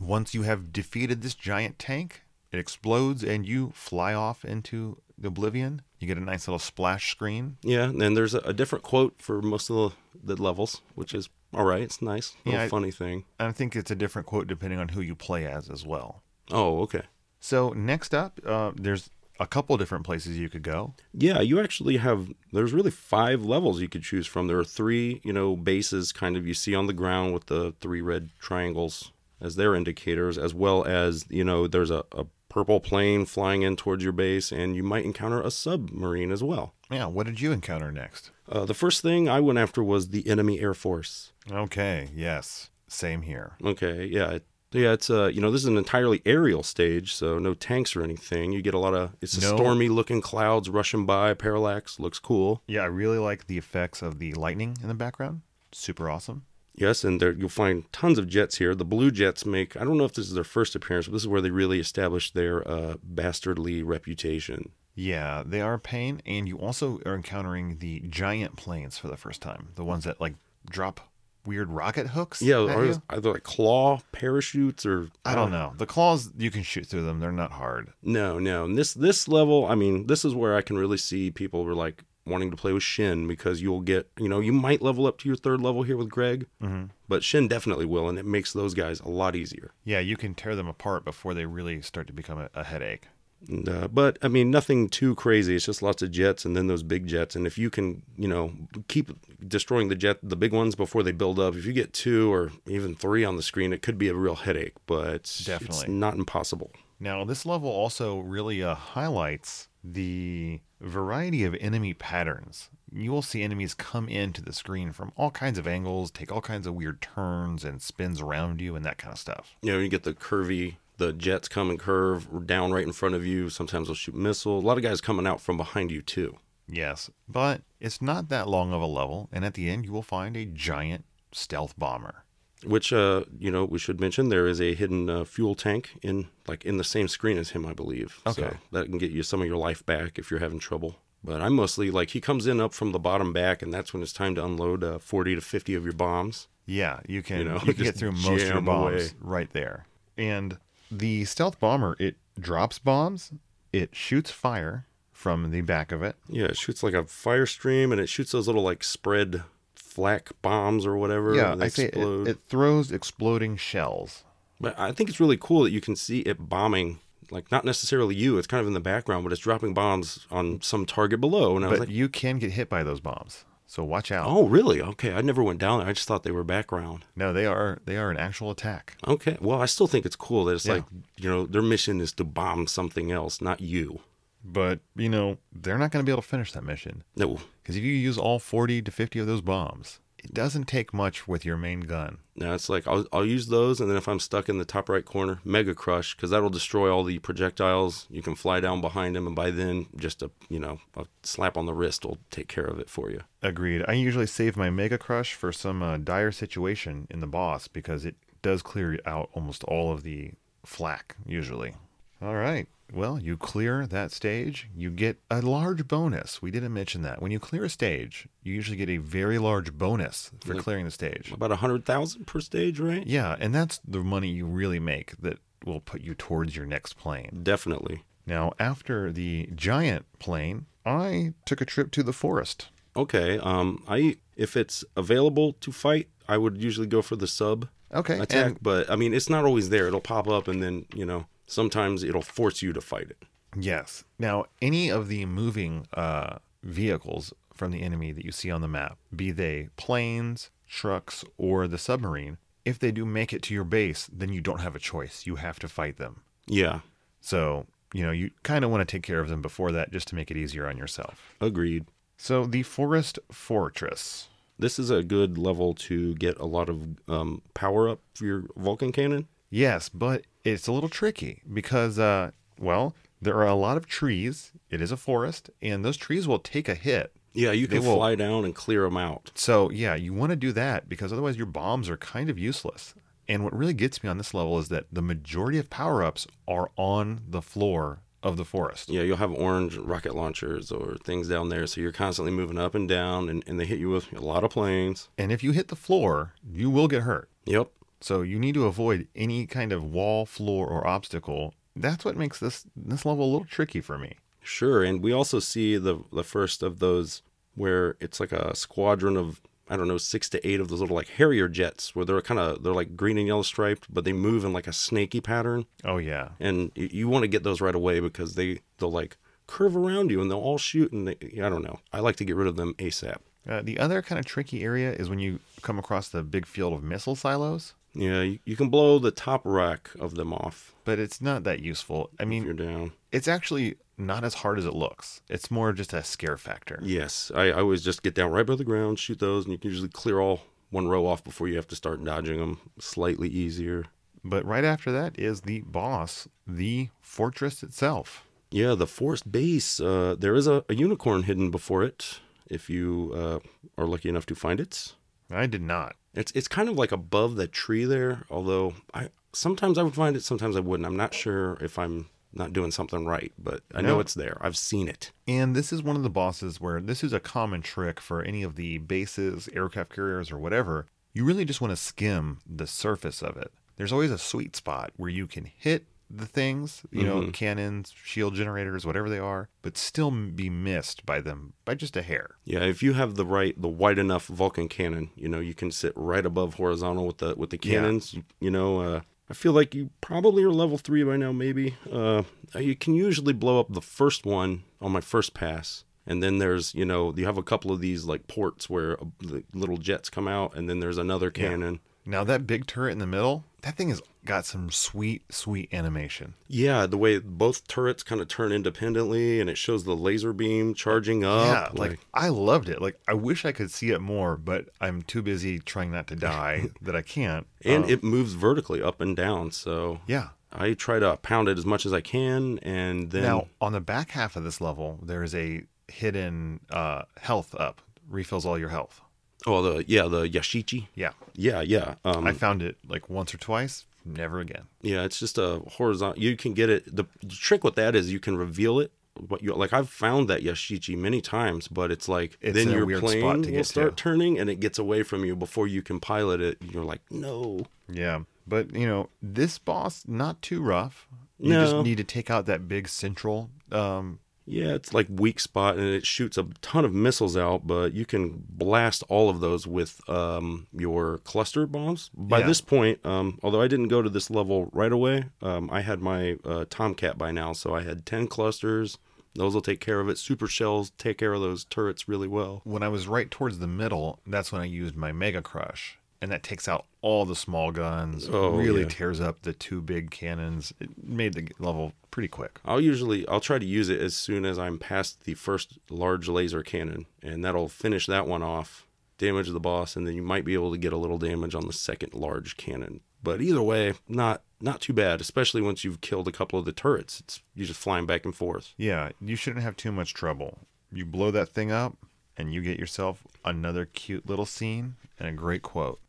Once you have defeated this giant tank, it explodes and you fly off into the oblivion. You get a nice little splash screen.
Yeah, and then there's a, a different quote for most of the, the levels, which is all right. It's nice. Little
Yeah, I-
funny thing.
And I think it's a different quote depending on who you play as as well.
Oh, okay.
So, next up, uh, there's a couple different places you could go.
Yeah, you actually have there's really five levels you could choose from. There are three, you know, bases kind of you see on the ground with the three red triangles as their indicators, as well as, you know, there's a, a purple plane flying in towards your base, and you might encounter a submarine as well.
Yeah, what did you encounter next?
Uh, the first thing I went after was the enemy air force.
Okay, yes, same here.
Okay, yeah, it- yeah. It's uh, you know, this is an entirely aerial stage, so no tanks or anything. You get a lot of it's a
No.
stormy looking clouds rushing by. Parallax looks cool.
Yeah, I really like the effects of the lightning in the background. Super awesome.
Yes, and there you'll find tons of jets here. The blue jets make I don't know if this is their first appearance, but this is where they really establish their uh, bastardly reputation.
Yeah, they are a pain, and you also are encountering the giant planes for the first time. The ones that like drop weird rocket hooks.
Yeah,
at
are,
you.
are they like claw parachutes or
I don't know. The claws you can shoot through them; they're not hard.
No, no. And this this level, I mean, this is where I can really see people were like wanting to play with Shin because you'll get, you know, you might level up to your third level here with Greg,
Mm-hmm.
but Shin definitely will, and it makes those guys a lot easier.
Yeah, you can tear them apart before they really start to become a, a headache.
And, uh, but I mean, nothing too crazy. It's just lots of jets and then those big jets. And if you can, you know, keep destroying the jet, the big ones before they build up. If you get two or even three on the screen, it could be a real headache, but it's
Definitely.
not impossible.
Now, this level also really uh, highlights the variety of enemy patterns. You will see enemies come into the screen from all kinds of angles, take all kinds of weird turns and spins around you, and that kind of stuff.
you know, you get the curvy, the jets come and curve down right in front of you. Sometimes they'll shoot missiles. A lot of guys coming out from behind you too.
Yes, but it's not that long of a level, and at the end, you will find a giant stealth bomber.
Which, uh, you know, we should mention there is a hidden uh, fuel tank in like in the same screen as him, I believe.
Okay.
that can get you some of your life back if you're having trouble. But I'm mostly like he comes in up from the bottom back, and that's when it's time to unload uh, 40 to 50 of your bombs.
Yeah, you can you,
know,
can get
just
through most of your
jam
bombs
away.
right there. And the stealth bomber, it drops bombs, it shoots fire from the back of it.
Yeah, it shoots like a fire stream, and it shoots those little like spread flak bombs or whatever.
Yeah,
and they
I say it,
explode.
it throws exploding shells.
But I think it's really cool that you can see it bombing, like not necessarily you. It's kind of in the background, but it's dropping bombs on some target below. And I was
But
like,
you can get hit by those bombs. So watch out.
oh, really? Okay, I never went down there. I just thought they were background.
No, they are they are an actual attack.
Okay, well, I still think it's cool that it's
Yeah.
like you know their mission is to bomb something else, not you.
But, you know, they're not going to be able to finish that mission
No,
cuz if you use all 40 to 50 of those bombs, it doesn't take much with your main gun.
no, it's like I'll I'll use those, and then if I'm stuck in the top right corner, mega crush, because that'll destroy all the projectiles. You can fly down behind them, and by then, just a you know a slap on the wrist will take care of it for you.
Agreed. I usually save my Mega Crush for some uh, dire situation in the boss because it does clear out almost all of the flack, usually. All right. Well, you clear that stage, you get a large bonus. We didn't mention that. When you clear a stage, you usually get a very large bonus for clearing the stage.
About a hundred thousand per stage, right?
Yeah, and that's the money you really make that will put you towards your next plane.
Definitely.
Now, after the giant plane, I took a trip to the forest.
Okay. Um, I if it's available to fight, I would usually go for the sub
Okay.
attack,
and-
but I mean it's not always there. It'll pop up and then you know sometimes it'll force you to fight it.
Yes. Now, any of the moving uh, vehicles from the enemy that you see on the map, be they planes, trucks, or the submarine, if they do make it to your base, then you don't have a choice. You have to fight them.
Yeah,
So, you know, you kind of want to take care of them before that just to make it easier on yourself.
agreed.
So, the Forest Fortress.
This is a good level to get a lot of um, power up for your Vulcan cannon.
Yes, but it's a little tricky because, uh, well, there are a lot of trees. It is a forest, and those trees will take a hit
Yeah, you
They
can
will-
fly down and clear them out.
So yeah, you want to do that because otherwise your bombs are kind of useless. And what really gets me on this level is that the majority of power-ups are on the floor of the forest.
Yeah, you'll have orange rocket launchers or things down there, so you're constantly moving up and down, and, and they hit you with a lot of planes.
And if you hit the floor, you will get hurt.
Yep,
So you need to avoid any kind of wall, floor, or obstacle. That's what makes this this level a little tricky for me.
Sure, and we also see the the first of those where it's like a squadron of I don't know six to eight of those little like Harrier jets where they're kind of they're like green and yellow striped, but they move in like a snaky pattern,
Oh yeah.
and you, you want to get those right away because they they'll like curve around you and they'll all shoot and they, I don't know. I like to get rid of them asap.
Uh, the other kind of tricky area is when you come across the big field of missile silos,
Yeah, you, you can blow the top rack of them off
but it's not that useful. I
if
mean,
you're down.
it's actually not as hard as it looks. It's more just a scare factor.
Yes, I, I always just get down right by the ground, shoot those, and you can usually clear all one row off before you have to start dodging them. Slightly easier.
But right after that is the boss, the fortress itself.
Yeah, the forest base. Uh, there is a, a unicorn hidden before it. If you uh, are lucky enough to find it,
I did not.
it's it's kind of like above the tree there. Although I sometimes I would find it, sometimes I wouldn't. I'm not sure if I'm not doing something right, but I know
No.
it's there. I've seen it.
And this is one of the bosses where this is a common trick for any of the bases, aircraft carriers, or whatever. You really just want to skim the surface of it. There's always a sweet spot where you can hit the things, you know, cannons, shield generators, whatever they are, but still be missed by them by just a hair.
Yeah, if you have the right, the wide enough Vulcan cannon, you know, you can sit right above horizontal with the with the
Yeah.
cannons. You, you know, uh, I feel like you probably are level three by now, maybe. Uh, you can usually blow up the first one on my first pass, and then there's you know you have a couple of these like ports where uh, the little jets come out, and then there's another cannon.
Now, that big turret in the middle, that thing has got some sweet, sweet animation.
Yeah, the way both turrets kind of turn independently, and it shows the laser beam charging
Yeah,
up.
like, I loved it. Like I wish I could see it more, but I'm too busy trying not to die that I can't.
and
Um,
it moves vertically up and down, so
yeah.
I try to pound it as much as I can, and then
Now on the back half of this level, there is a hidden uh, health up, refills all your health.
Oh, the yeah, the Yashichi.
Yeah,
Yeah, yeah. Um,
I found it like once or twice. Never again.
Yeah, it's just a horizontal. You can get it. The, the trick with that is you can reveal it. But you like I've found that Yashichi many times, but it's like
It's
then
in a
your
weird
plane
spot to
will
get to.
start turning and it gets away from you before you can pilot it. And you're like, no,
Yeah, but you know this boss not too rough. You
No.
just need to take out that big central. Um,
yeah, it's like weak spot and it shoots a ton of missiles out, but you can blast all of those with um, your cluster bombs. By
Yeah.
this point, um, although I didn't go to this level right away, um, I had my uh, Tomcat by now, so I had ten clusters. Those will take care of it. Super shells take care of those turrets really well.
when I was right towards the middle, that's when I used my Mega Crush, and that takes out all the small guns.
Oh,
really
yeah.
tears up the two big cannons. It made the level pretty quick.
I'll usually I'll try to use it as soon as I'm past the first large laser cannon, and that'll finish that one off, damage the boss, and then you might be able to get a little damage on the second large cannon. But either way, not not too bad, especially once you've killed a couple of the turrets. It's you're just flying back and forth.
Yeah, you shouldn't have too much trouble. You blow that thing up, and you get yourself another cute little scene and a great quote.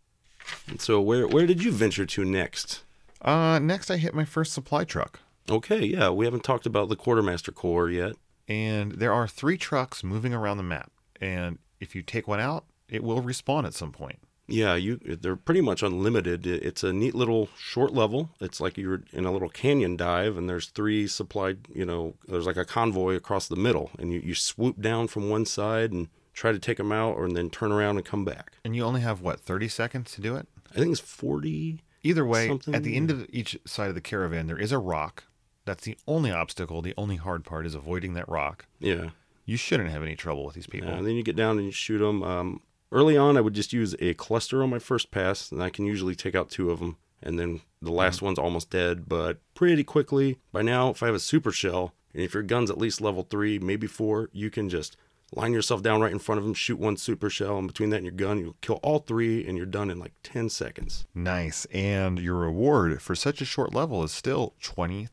And so where where did you venture to next?
Uh, next, I hit my first supply truck,
Okay, yeah, we haven't talked about the quartermaster corps yet.
and there are three trucks moving around the map. And if you take one out, it will respawn at some point.
Yeah, you they're pretty much unlimited. It- It's a neat little short level. It's like you're in a little canyon dive and there's three supply, you know, there's like a convoy across the middle and you, you swoop down from one side and try to take them out or and then turn around and come back.
And you only have what thirty seconds to do it.
I think it's 40.
Either way,
Something-
at the end of each side of the caravan, there is a rock. That's the only obstacle. The only hard part is avoiding that rock.
Yeah.
You shouldn't have any trouble with these people.
Yeah, and then you get down and you shoot them. Um, early on, I would just use a cluster on my first pass, and I can usually take out two of them. And then the last one's almost dead, but pretty quickly by now, if I have a super shell, and if your gun's at least level three, maybe four, you can just line yourself down right in front of them, shoot one super shell, and between that and your gun, you'll kill all three, and you're done in like 10 seconds.
Nice. And your reward for such a short level is still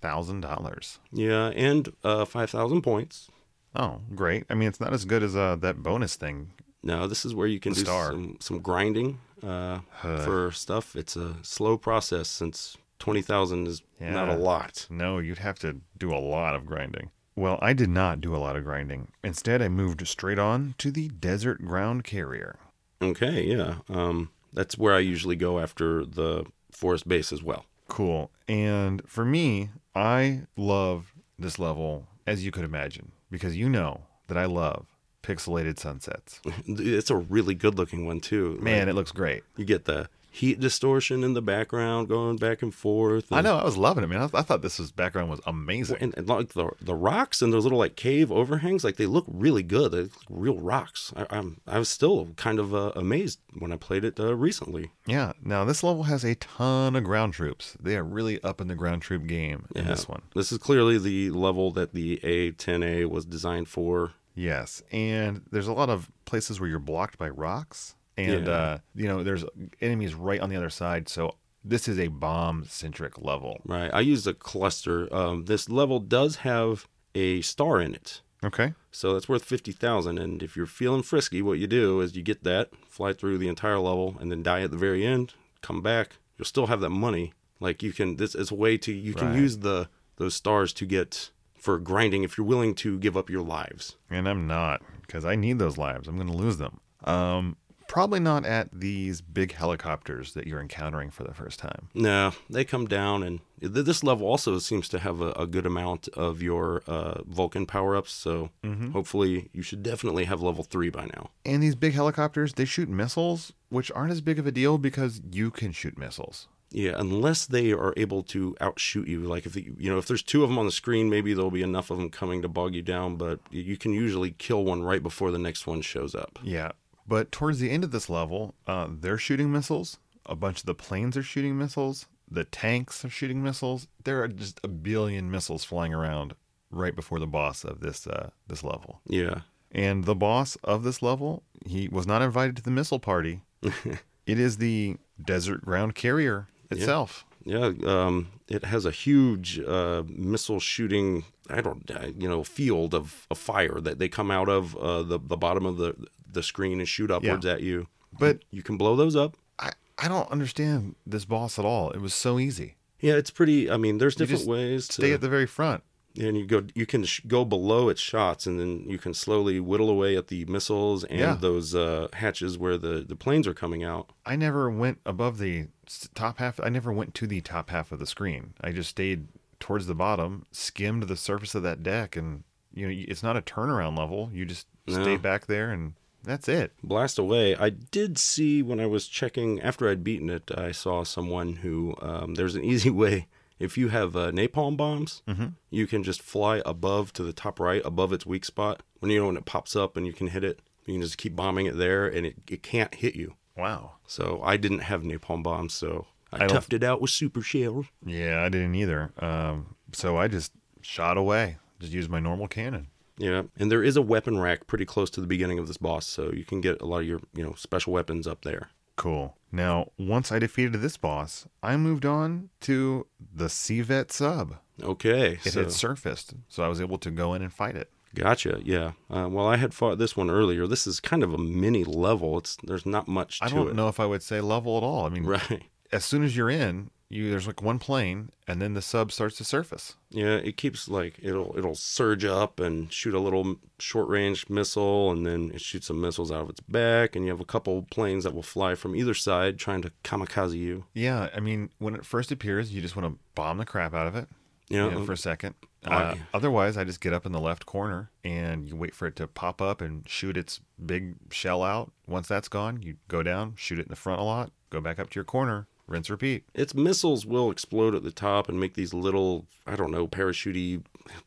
$20,000.
Yeah, and uh, 5,000 points.
Oh, great. I mean, it's not as good as uh, that bonus thing.
Now, this is where you can do
star.
some, some grinding uh, for stuff. It's a slow process since 20,000 is not a
Yeah.
lot.
No, you'd have to do a lot of grinding. Well, I did not do a lot of grinding. Instead, I moved straight on to the desert ground carrier.
Okay, yeah. Um, that's where I usually go after the forest base as well.
Cool. And for me, I love this level, as you could imagine, because you know that I love pixelated sunsets.
It's a really good looking one, too.
Man, it looks great.
Like, you get the heat distortion in the background going back and forth.
I
and-
know. I was loving it, man. I, I thought this was background was amazing.
And, and like the the rocks and those little like cave overhangs, like they look really good. They look like real rocks. I, I'm I was still kind of uh, amazed when I played it uh, recently.
Yeah. Now this level has a ton of ground troops. They are really up in the ground troop game in this one.
This is clearly the level that the A10A was designed for.
Yes. And there's a lot of places where you're blocked by rocks and
Yeah.
uh you know there's enemies right on the other side, so this is a bomb centric level.
Right. I used a cluster. Um, this level does have a star in it.
Okay.
So that's worth 50,000. And if you're feeling frisky, what you do is you get that, fly through the entire level, and then die at the very end, come back. You'll still have that money. Like you can, this is a way to, you can
Right.
use the those stars to get for grinding if you're willing to give up your lives.
And I'm not because I need those lives. I'm going to lose them. Um probably not at these big helicopters that you're encountering for the first time.
No, they come down, and th- this level also seems to have a, a good amount of your uh, Vulcan power ups. So hopefully, you should definitely have level three by now.
And these big helicopters, they shoot missiles, which aren't as big of a deal because you can shoot missiles.
Yeah, unless they are able to outshoot you. Like if you you know if there's two of them on the screen, maybe there'll be enough of them coming to bog you down. But y- you can usually kill one right before the next one shows up.
Yeah, but towards the end of this level, uh, they're shooting missiles. A bunch of the planes are shooting missiles. The tanks are shooting missiles. There are just a billion missiles flying around right before the boss of this uh, this level.
Yeah,
And the boss of this level, he was not invited to the missile party. it is the desert ground carrier itself.
yeah. Um, it has a huge uh, missile shooting I don't uh, you know field of, of fire that they come out of uh, the the bottom of the the screen and shoot upwards at you.
But-
you can blow those up.
I, I don't understand this boss at all. It was so easy.
Yeah, it's pretty. I mean, there's different
just
ways to
Stay at the very front.
and you go you can sh- go below its shots and then you can slowly whittle away at the missiles and
Yeah.
those uh, hatches where the, the planes are coming out
I never went above the s- top half. I never went to the top half of the screen. I just stayed towards the bottom, skimmed the surface of that deck, and you know it's not a turnaround level. You just stay
No.
back there, and that's it.
blast away i did see when i was checking after i'd beaten it i saw someone who um, there's an easy way if you have uh, napalm bombs you can just fly above to the top right above its weak spot when you know when it pops up and you can hit it you can just keep bombing it there and it, it can't hit you
Wow.
so i didn't have napalm bombs so i,
I don't-
toughed it out with super shells
Yeah, I didn't either. Um, so I just shot away. Just used my normal cannon.
Yeah, and there is a weapon rack pretty close to the beginning of this boss, so you can get a lot of your you know special weapons up there.
Cool. Now, once I defeated this boss, I moved on to the Sea Vet sub.
Okay,
It
so
had surfaced, so I was able to go in and fight it.
gotcha. Yeah, uh, well, I had fought this one earlier. This is kind of a mini level. It's there's not much to
I don't
it.
know if I would say level at all. I mean,
Right.
as soon as you're in, you there's like one plane, and then the sub starts to surface.
Yeah, it keeps like it'll it'll surge up and shoot a little short range missile, and then it shoots some missiles out of its back, and you have a couple planes that will fly from either side trying to kamikaze you.
Yeah, I mean, when it first appears, you just want to bomb the crap out of it
Yeah,
you know, for a second. Uh,
I-
otherwise, I just get up in the left corner and you wait for it to pop up and shoot its big shell out. Once that's gone, you go down, shoot it in the front a lot, go back up to your corner, rinse, repeat.
its missiles will explode at the top and make these little i don't know parachutey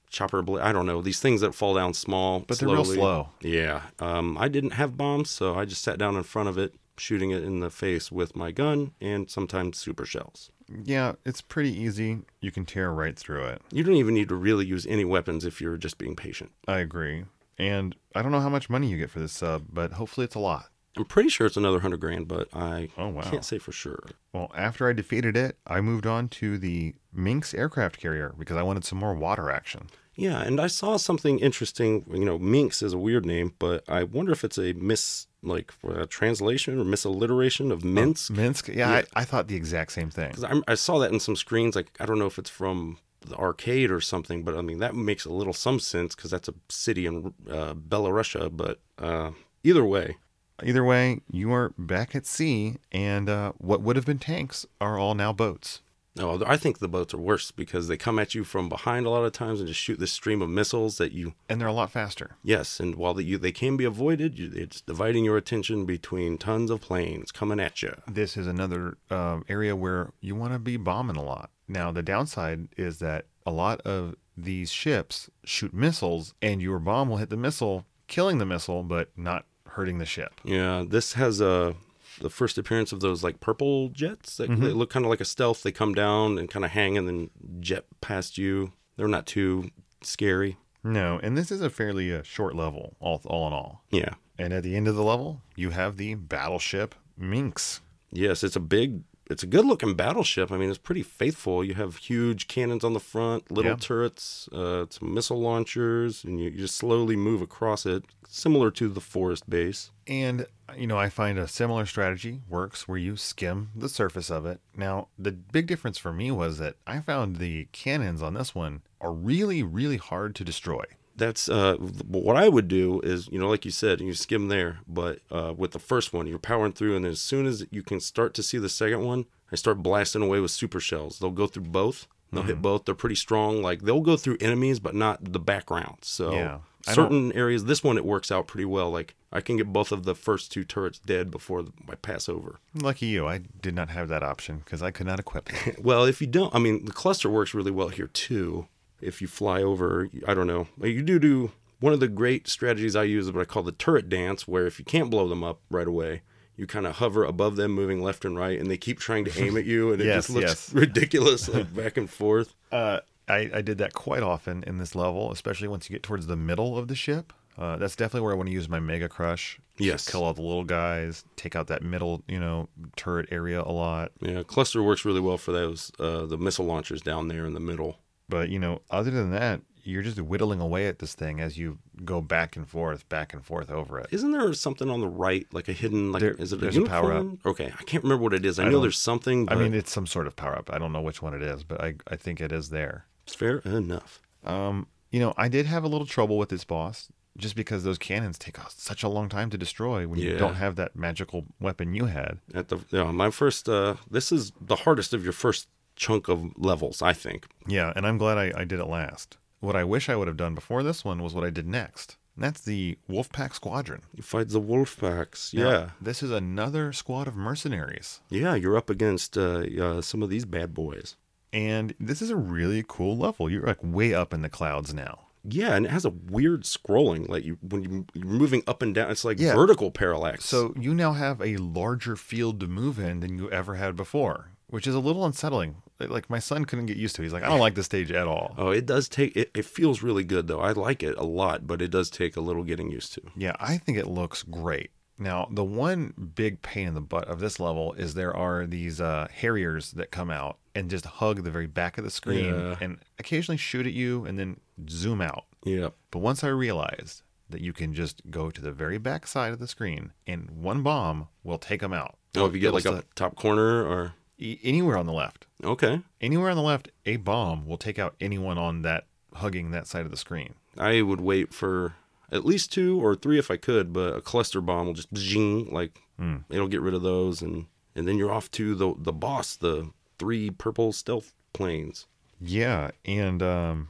chopper bla- i don't know these things that fall down small
But they're real
slowly.
slow.
yeah um, i didn't have bombs so i just sat down in front of it shooting it in the face with my gun and sometimes super shells
Yeah, it's pretty easy. You can tear right through it.
you don't even need to really use any weapons if you're just being patient
I agree. And I don't know how much money you get for this sub, but hopefully it's a lot.
i'm pretty sure it's another hundred grand but i
Oh, wow.
can't say for sure
Well, after I defeated it, I moved on to the Minx aircraft carrier because I wanted some more water action.
Yeah, and I saw something interesting. You know, Minx is a weird name, but I wonder if it's a mis like uh, translation or misliteration of Minsk.
Minsk? Yeah, I, I thought the exact same thing.
'Cause I'm- I saw that in some screens. Like I don't know if it's from the arcade or something, but I mean that makes a little some sense because that's a city in uh, Belarusia. But uh, either way,
Either way, you are back at sea, and uh, what would have been tanks are all now boats.
no, I think the boats are worse because they come at you from behind a lot of times and just shoot this stream of missiles that you
And they're a lot faster.
Yes, and while the, you, they can be avoided, you, it's dividing your attention between tons of planes coming at you.
This is another um, area where you want to be bombing a lot. Now, the downside is that a lot of these ships shoot missiles, and your bomb will hit the missile, killing the missile, but not hurting the ship.
Yeah, this has uh, the first appearance of those like purple jets that they look kind of like a stealth. They come down and kind of hang and then jet past you. They're not too scary.
No, and this is a fairly uh, short level, all, all in all.
Yeah.
And at the end of the level, you have the battleship Minx.
Yes, it's a big, it's a good looking battleship. I mean, it's pretty faithful. You have huge cannons on the front, little
Yeah.
turrets, uh, some missile launchers, and you, you just slowly move across it, similar to the forest base.
And, you know, I find a similar strategy works where you skim the surface of it. Now, the big difference for me was that I found the cannons on this one are really, really hard to destroy.
that's uh but what I would do is you know like you said you skim there but uh with the first one you're powering through and as soon as you can start to see the second one I start blasting away with super shells they'll go through both they'll
Mm-hmm.
hit both they're pretty strong like they'll go through enemies but not the background so
Yeah. I don't-
certain areas this one it works out pretty well like I can get both of the first two turrets dead before I pass over
Lucky you, I did not have that option because I could not equip it.
well, if you don't, I mean, the cluster works really well here too. If you fly over, I don't know. You do do one of the great strategies I use is what I call the turret dance, where if you can't blow them up right away, you kind of hover above them, moving left and right, and they keep trying to aim at you, and it
Yes,
just looks
yes.
ridiculous, like back and forth.
uh, I, I did that quite often in this level, especially once you get towards the middle of the ship. Uh, that's definitely where I want to use my Mega Crush.
Yes.
Kill all the little guys, take out that middle, you know, turret area a lot.
Yeah, cluster works really well for those uh, the missile launchers down there in the middle.
But you know, other than that, you're just whittling away at this thing as you go back and forth, back and forth over it.
Isn't there something on the right, like a hidden, like
There-
is it a
there's a power up.
unicorn? Okay, I can't remember what it is. I,
I
know
don't-
there's something.
I
But
mean, it's some sort of power up. I don't know which one it is, but I, I think it is there.
it's fair enough.
Um, you know, I did have a little trouble with this boss just because those cannons take us such a long time to destroy when
Yeah.
you don't have that magical weapon you had.
At the you know, my first, uh, this is the hardest of your first chunk of levels, I think.
Yeah, and I'm glad I, I did it last. What I wish I would have done before this one was what I did next. And that's the Wolfpack Squadron.
You fight the wolf packs.
Now,
Yeah,
This is another squad of mercenaries.
yeah. You're up against uh, uh, some of these bad boys.
And this is a really cool level. You're like way up in the clouds now.
Yeah, and it has a weird scrolling. Like you, when you, you're moving up and down, it's like
Yeah.
vertical parallax.
So you now have a larger field to move in than you ever had before, which is a little unsettling. Like my son couldn't get used to. it. He's like, I don't like this stage at all.
Oh, it does take. It, it feels really good though. I like it a lot, but it does take a little getting used to.
Yeah, I think it looks great. Now, the one big pain in the butt of this level is there are these uh, harriers that come out and just hug the very back of the screen
Yeah.
and occasionally shoot at you and then zoom out.
Yeah.
But once I realized that you can just go to the very back side of the screen and one bomb will take them out.
Oh, if you get like
It'll
a top corner or
st- e- anywhere on the left,
okay,
anywhere on the left, a bomb will take out anyone on that hugging that side of the screen.
I would wait for at least two or three if I could, but a cluster bomb will just zing, like
Hmm.
it'll get rid of those, and and then you're off to the the boss, the three purple stealth planes.
Yeah, and um,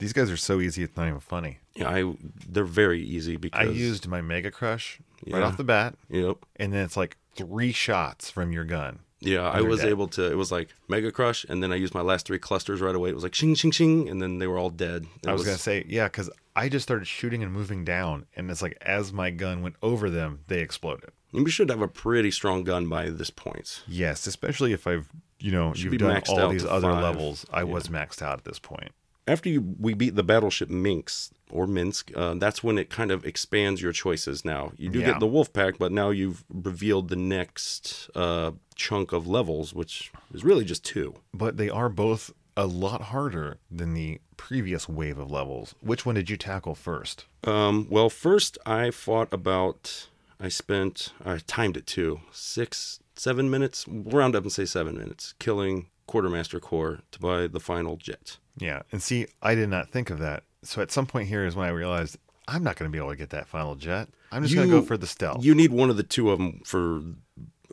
these guys are so easy; it's not even funny.
Yeah, I they're very easy
I
because
used my Mega Crush right
Yeah.
off the bat,
Yep.
and then it's like three shots from your gun.
Yeah, I
They're
was
dead.
able to. It was like Mega Crush, and then I used my last three clusters right away. It was like shing, shing, shing, and then they were all dead. It
I was, gonna say, yeah, because I just started shooting and moving down, and it's like as my gun went over them, they exploded.
We should have a pretty strong gun by this point.
Yes, especially if I've you know
be
you've done
maxed out
all these
to
other
five.
levels. I was maxed out at this point.
After you, we beat the battleship Minx or Minsk. Uh, that's when it kind of expands your choices. Now you do
Yeah.
get the wolf pack, but now you've revealed the next uh, chunk of levels, which is really just two.
But they are both a lot harder than the previous wave of levels. Which one did you tackle first?
Um, well, first I fought about. I spent. I timed it too. Six, seven minutes. We'll round up and say seven minutes. Killing quartermaster core to buy the final jet.
Yeah, and see, I did not think of that. So at some point here is when I realized I'm not going to be able to get that final jet. I'm just going to
You-
go for the stealth.
You need one of the two of them for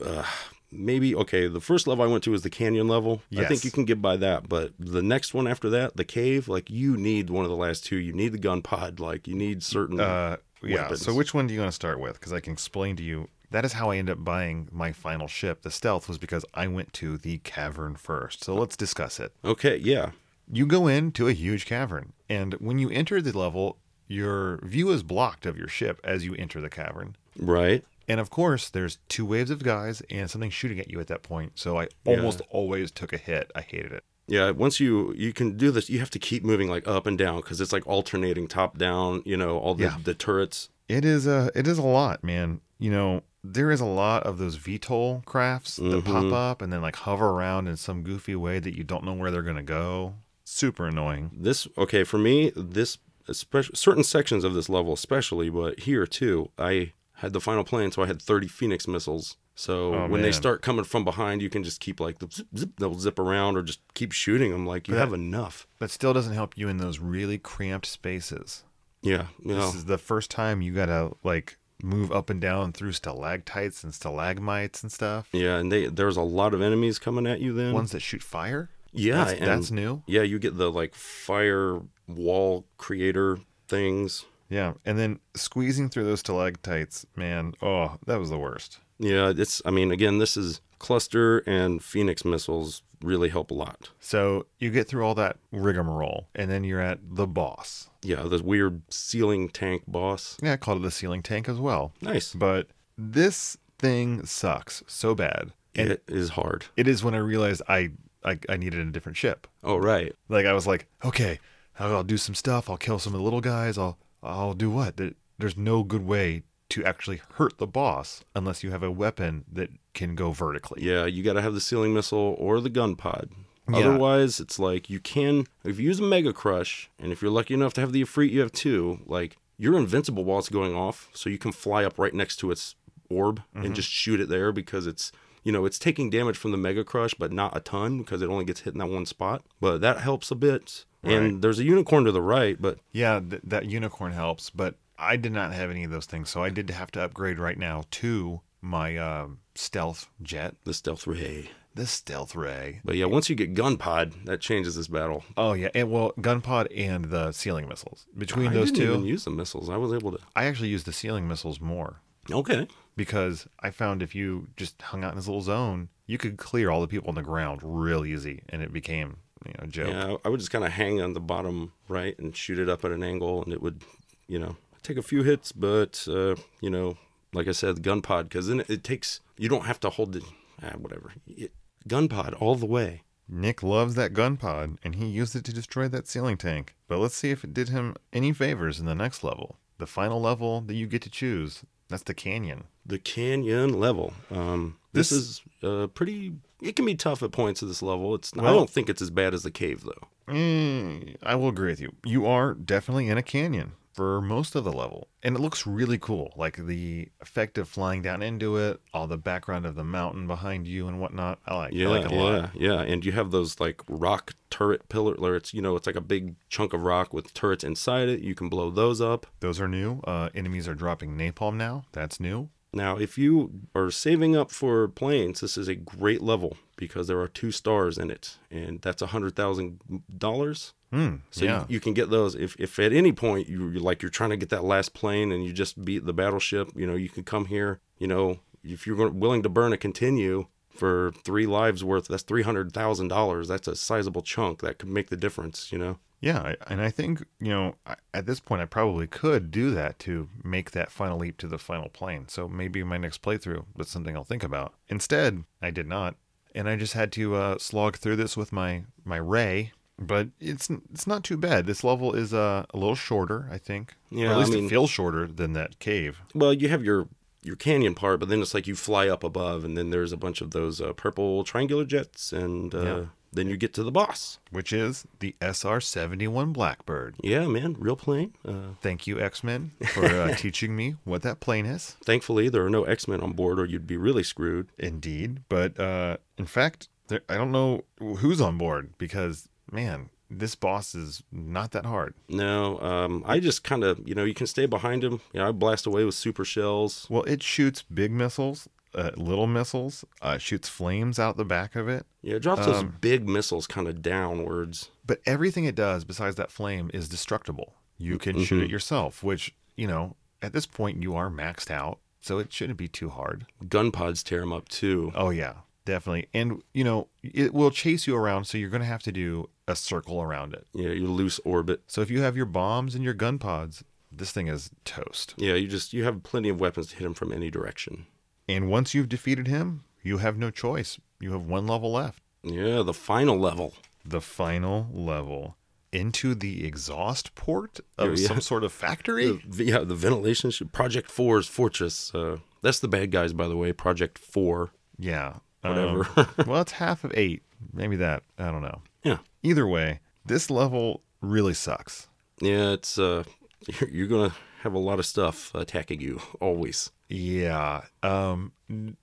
uh, maybe okay. The first level I went to was the canyon level. I think
Yes.
you can get by that, but the next one after that, the cave, like you need one of the last two. You need the gun pod. Like you need certain.
uh, yeah.
weapons.
So which one do you want to start with? Because I can explain to you. That is how I end up buying my final ship, the stealth, was because I went to the cavern first.
Uh,
So let's discuss it.
okay, yeah,
You go into a huge cavern, and when you enter the level, your view is blocked of your ship as you enter the cavern.
right.
And of course, there's two waves of guys and something shooting at you at that point. So I almost always took a hit. I hated it.
Yeah, once you you can do this, you have to keep moving like up and down because it's like alternating top down. You know all the,
Yeah.
the turrets.
It is a it is a lot, man. You know, there is a lot of those VTOL crafts that pop up and then like hover around in some goofy way that you don't know where they're gonna go. Super annoying.
This okay for me. This especially certain sections of this level, especially, but here too. I had the final plan, so I had thirty Phoenix missiles. So
Oh,
when they
man.
start coming from behind, you can just keep like the zip, zip, they'll zip around or just keep shooting them. Like you
That-
have enough.
But still doesn't help you in those really cramped spaces.
Yeah, you know,
This is the first time you gotta like move up and down through stalactites and stalagmites and stuff.
yeah, and they there's a lot of enemies coming at you then.
Ones that shoot fire.
yeah,
that's,
and-
that's new.
Yeah, you get the like fire wall creator things.
Yeah, and then squeezing through those stalactites, man, oh, that was the worst.
Yeah, it's. I mean, again, this is cluster and Phoenix missiles really help a lot.
So you get through all that rigmarole, and then you're at the boss.
Yeah, this weird ceiling tank boss.
Yeah, I called it the ceiling tank as well.
Nice.
But this thing sucks so bad. And
it is hard.
it is when I realized I, I I needed a different ship.
Oh right.
Like I was like, okay, I'll, I'll do some stuff. I'll kill some of the little guys. I'll I'll do what? There, there's no good way to actually hurt the boss unless you have a weapon that can go vertically.
Yeah, you got to have the ceiling missile or the gun pod.
Yeah.
Otherwise, it's like you can if you use a Mega Crush, and if you're lucky enough to have the Efreet, you have two. Like you're invincible while it's going off, so you can fly up right next to its orb and just shoot it there because it's you know it's taking damage from the Mega Crush, but not a ton because it only gets hit in that one spot. But that helps a bit.
Right.
And there's a unicorn to the right, but
Yeah, th- that unicorn helps, but I did not have any of those things, so I did have to upgrade right now to my um stealth jet,
the stealth ray.
the stealth ray.
But yeah, once you get Gunpod, that changes this battle.
Oh yeah, and well, gunpod and the sealing missiles. Between
I
those
didn't
two,
even use the missiles. I was able to.
I actually used the sealing missiles more
Okay.
because I found if you just hung out in this little zone, you could clear all the people on the ground real easy, and it became you know a joke.
Yeah, I would just kind of hang on the bottom right and shoot it up at an angle, and it would, you know, take a few hits, but uh, you know, like I said, gun pod, because then it, it takes. You don't have to hold the ah, whatever it, gun pod all the way.
Nick loves that gunpod, and he used it to destroy that ceiling tank. But let's see if it did him any favors in the next level. The final level that you get to choose, that's the canyon.
The canyon level. Um, this,
This-
is uh, pretty. It can be tough at points of this level. It's. I
Well-
don't think it's as bad as the cave though.
Mm, I will agree with you. You are definitely in a canyon for most of the level, and it looks really cool. Like the effect of flying down into it, all the background of the mountain behind you and whatnot. I like.
Yeah,
I like it a
yeah,
lot.
yeah. And you have those like rock turret pillar. or It's you know, it's like a big chunk of rock with turrets inside it. You can blow those up.
Those are new. Uh, enemies are dropping napalm now. That's new.
Now, if you are saving up for planes, this is a great level because there are two stars in it, and that's a hundred thousand dollars.
Hmm.
So
yeah.
you, you can get those. If, if at any point you you're like you're trying to get that last plane and you just beat the battleship, you know you can come here. You know if you're going- willing to burn a continue for three lives worth, that's three hundred thousand dollars. That's a sizable chunk that could make the difference. You know.
Yeah, I- and I think, you know, I- at this point, I probably could do that to make that final leap to the final plane. So maybe my next playthrough, that's something I'll think about. Instead, I did not. And I just had to uh, slog through this with my, my Ray. But it's it's not too bad. This level is uh, a little shorter, I think.
Yeah,
or at
I
least
mean-
it feels shorter than that cave.
well you have your your canyon part but then it's like you fly up above and then there's a bunch of those uh, purple triangular jets and uh,
Yeah.
then you get to the boss
Which is the SR 71 Blackbird.
yeah man real plane uh,
Thank you, X Men, for uh, teaching me what that plane is.
thankfully there are no x-men on board or you'd be really screwed
Indeed, but uh, in fact, there, I don't know who's on board because man, this boss is not that hard.
no um, i just kind of you know you can stay behind him you know, i blast away with super shells
Well, it shoots big missiles, uh, little missiles, uh, shoots flames out the back of it,
yeah it drops those big missiles kind of downwards
but everything it does besides that flame is destructible. You can shoot it yourself, which you know at this point you are maxed out, so it shouldn't be too hard.
gun pods tear him up too
Oh yeah, definitely, and you know it will chase you around, so you're going to have to do a circle around it.
yeah you loose orbit
So if you have your bombs and your gun pods, this thing is toast.
yeah you just you have plenty of weapons to hit him from any direction
And once you've defeated him, you have no choice. You have one level left.
yeah the final level
The final level. Into the exhaust port of
Yeah.
some sort of factory?
The, yeah, the ventilation. Should, Project Four's Fortress. Uh, that's the bad guys, by the way. Project Four.
Yeah.
Whatever.
Um, well, it's half of eight. Maybe that. I don't know.
Yeah,
Either way, this level really sucks.
yeah. It's uh, you're, you're gonna have a lot of stuff attacking you always.
Yeah. Um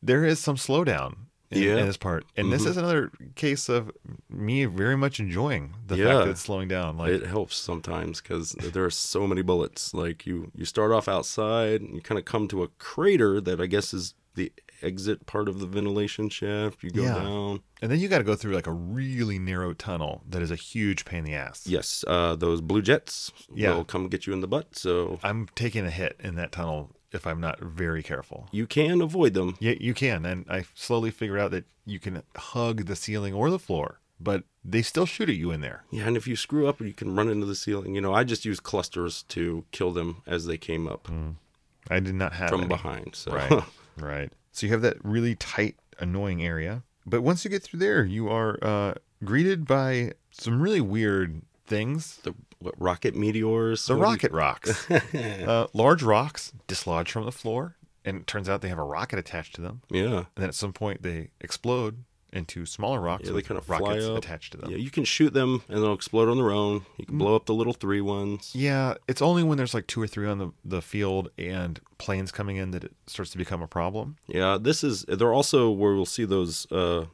there is some slowdown in,
Yeah. Mm-hmm.
in this part. And this is another case of me very much enjoying the
Yeah.
fact that it's slowing down. Like
It helps sometimes because there are so many bullets. Like you, you start off outside, and you kind of come to a crater that I guess is the exit part of the ventilation shaft. You go
Yeah.
down.
And then you got to go through like a really narrow tunnel that is a huge pain in the ass.
Yes, uh, those blue jets
Yeah.
will come get you in the butt. So
I'm taking a hit in that tunnel if I'm not very careful.
you can avoid them.
Yeah, you can. And I slowly figured out that you can hug the ceiling or the floor, but they still shoot at you in there.
Yeah, and if you screw up, you can run into the ceiling. You know, I just used clusters to kill them as they came up
I did not have
from
any.
behind. So
Right. right. So you have that really tight, annoying area. But once you get through there, you are uh, greeted by some really weird things.
the what, rocket meteors.
The
What do you-
rocket rocks. uh, large rocks dislodge from the floor, and it turns out they have a rocket attached to them.
yeah,
And then at some point they explode and two smaller rocks
Yeah, they
with
kind of
rockets
fly up.
attached to them.
Yeah, you can shoot them and they'll explode on their own. You
Mm.
can blow up the little three ones.
Yeah, it's only when there's like two or three on the, the field and planes coming in that it starts to become a problem.
Yeah, this is. They're also where we'll see those uh,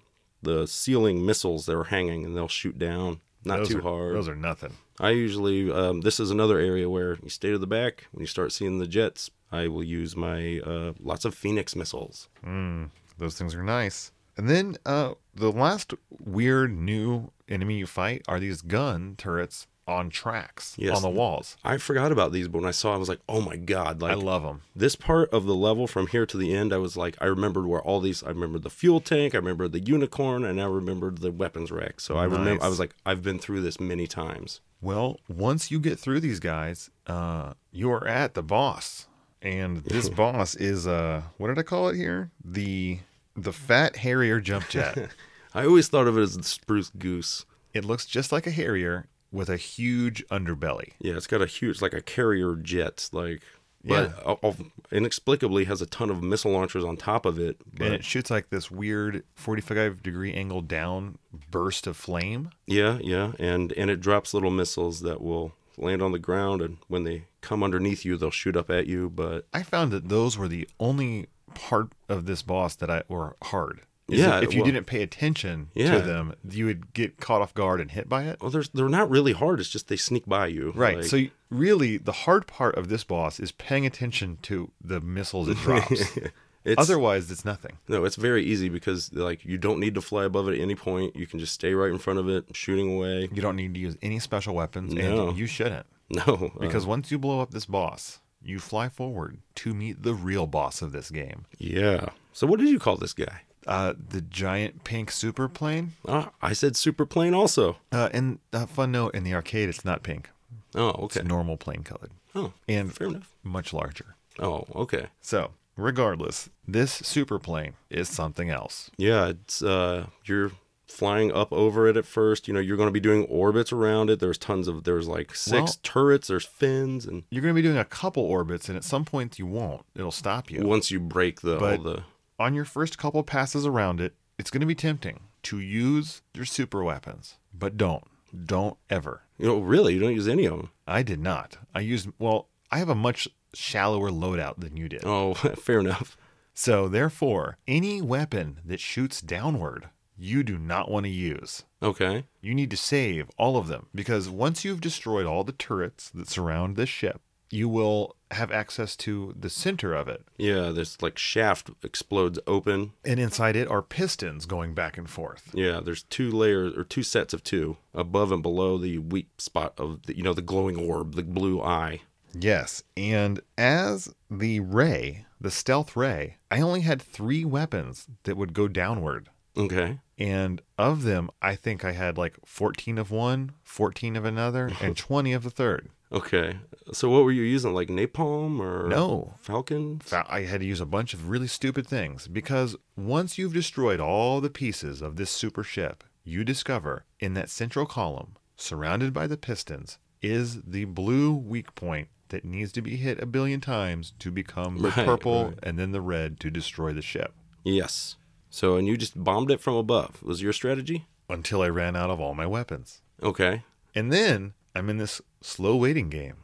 the ceiling missiles that are hanging, and they'll shoot down. Not
Those
too
are-
hard.
Those are nothing.
I usually um, this is another area where you stay to the back when you start seeing the jets. I will use my uh, lots of Phoenix missiles.
Those things are nice. And then uh, the last weird new enemy you fight are these gun turrets on tracks
Yes.
on the walls.
I forgot about these, but when I saw, it, I was like, "Oh my god!" Like
I love them.
this part of the level from here to the end, I was like, I remembered where all these. I remembered the fuel tank. I remembered the unicorn, and I remembered the weapons rack. So I
Nice.
remember. I was like, I've been through this many times.
Well, once you get through these guys, uh, you are at the boss, and this boss is uh, what did I call it here? The the fat harrier jump jet.
I always thought of it as the spruce goose.
it looks just like a harrier with a huge underbelly.
Yeah, it's got a huge, like a carrier jet, like. But
Yeah.
uh, uh, inexplicably has a ton of missile launchers on top of it. But
and it shoots like this weird 45 degree angle down burst of flame.
yeah, yeah, and and it drops little missiles that will land on the ground, and when they come underneath you, they'll shoot up at you. But
I found that those were the only part of this boss that I were hard. Is
Yeah,
that if you
well-
didn't pay attention
Yeah.
to them, you would get caught off guard and hit by it.
well, there's they're not really hard. It's just they sneak by you.
Right.
Like,
so you- really, the hard part of this boss is paying attention to the missiles it drops.
it's
Otherwise, it's nothing.
no, it's very easy because like you don't need to fly above it at any point. You can just stay right in front of it, shooting away.
You don't need to use any special weapons,
No.
and you shouldn't,
No, uh,
because once you blow up this boss, you fly forward to meet the real boss of this game,
yeah. So what did you call this guy?
uh, the giant pink super plane.
Uh, I said super plane also.
Uh, and uh, fun note: in the arcade, it's not pink;
Oh,
it's
okay.
normal plane colored.
Oh,
and
fair enough.
much larger.
Oh, okay.
So, regardless, this superplane is something else.
Yeah, it's uh you're flying up over it at first. You know, you're going to be doing orbits around it. There's tons of there's like six
Well-
turrets, there's fins and
You're going to be doing a couple orbits, and at some point you won't. It'll stop you.
once you break the
But-
all the
On your first couple passes around it, it's going to be tempting to use your super weapons, but don't. Don't ever.
you know, really, you don't use any of them.
I did not. I used, well, I have a much shallower loadout than you did.
Oh, fair enough.
So, therefore, any weapon that shoots downward, you do not want to use.
Okay.
You need to save all of them because once you've destroyed all the turrets that surround this ship, you will have access to the center of it.
Yeah, this like shaft explodes open.
And inside it are pistons going back and forth.
Yeah, there's two layers or two sets of two above and below the weak spot of the, you know the glowing orb, the blue eye.
Yes. And as the ray, the stealth ray, I only had three weapons that would go downward.
Okay.
And of them, I think I had like 14 of one, 14 of another, and 20 of the third.
Okay. So what were you using like napalm or
No,
falcon?
fa- I had to use a bunch of really stupid things because once you've destroyed all the pieces of this super ship, you discover in that central column, surrounded by the pistons, is the blue weak point that needs to be hit a billion times to become the
Right,
purple
right.
and then the red to destroy the ship.
Yes. So, and you just bombed it from above. Was your strategy?
Until I ran out of all my weapons.
Okay.
And then I'm in this slow waiting game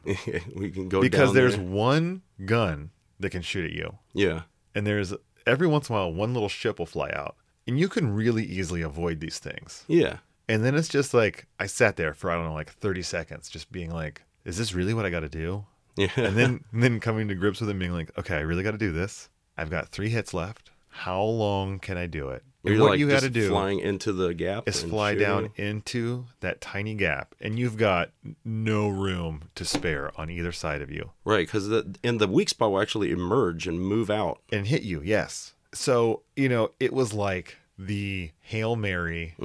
we can go
because
down
there's
there.
one gun that can shoot at you.
yeah.
and there's every once in a while one little ship will fly out and you can really easily avoid these things
Yeah.
and then it's just like i sat there for i don't know like 30 seconds just being like is this really what i got to do
Yeah.
and then and then coming to grips with it and being like okay i really got to do this i've got three hits left how long can i do it and
You're
what
like
you got to
just
do
flying into the gap.
is
and
fly
shooting.
down into that tiny gap and you've got no room to spare on either side of you
Right, because the and the weak spot will actually emerge and move out.
and hit you. Yes. So, you know, it was like the Hail Mary.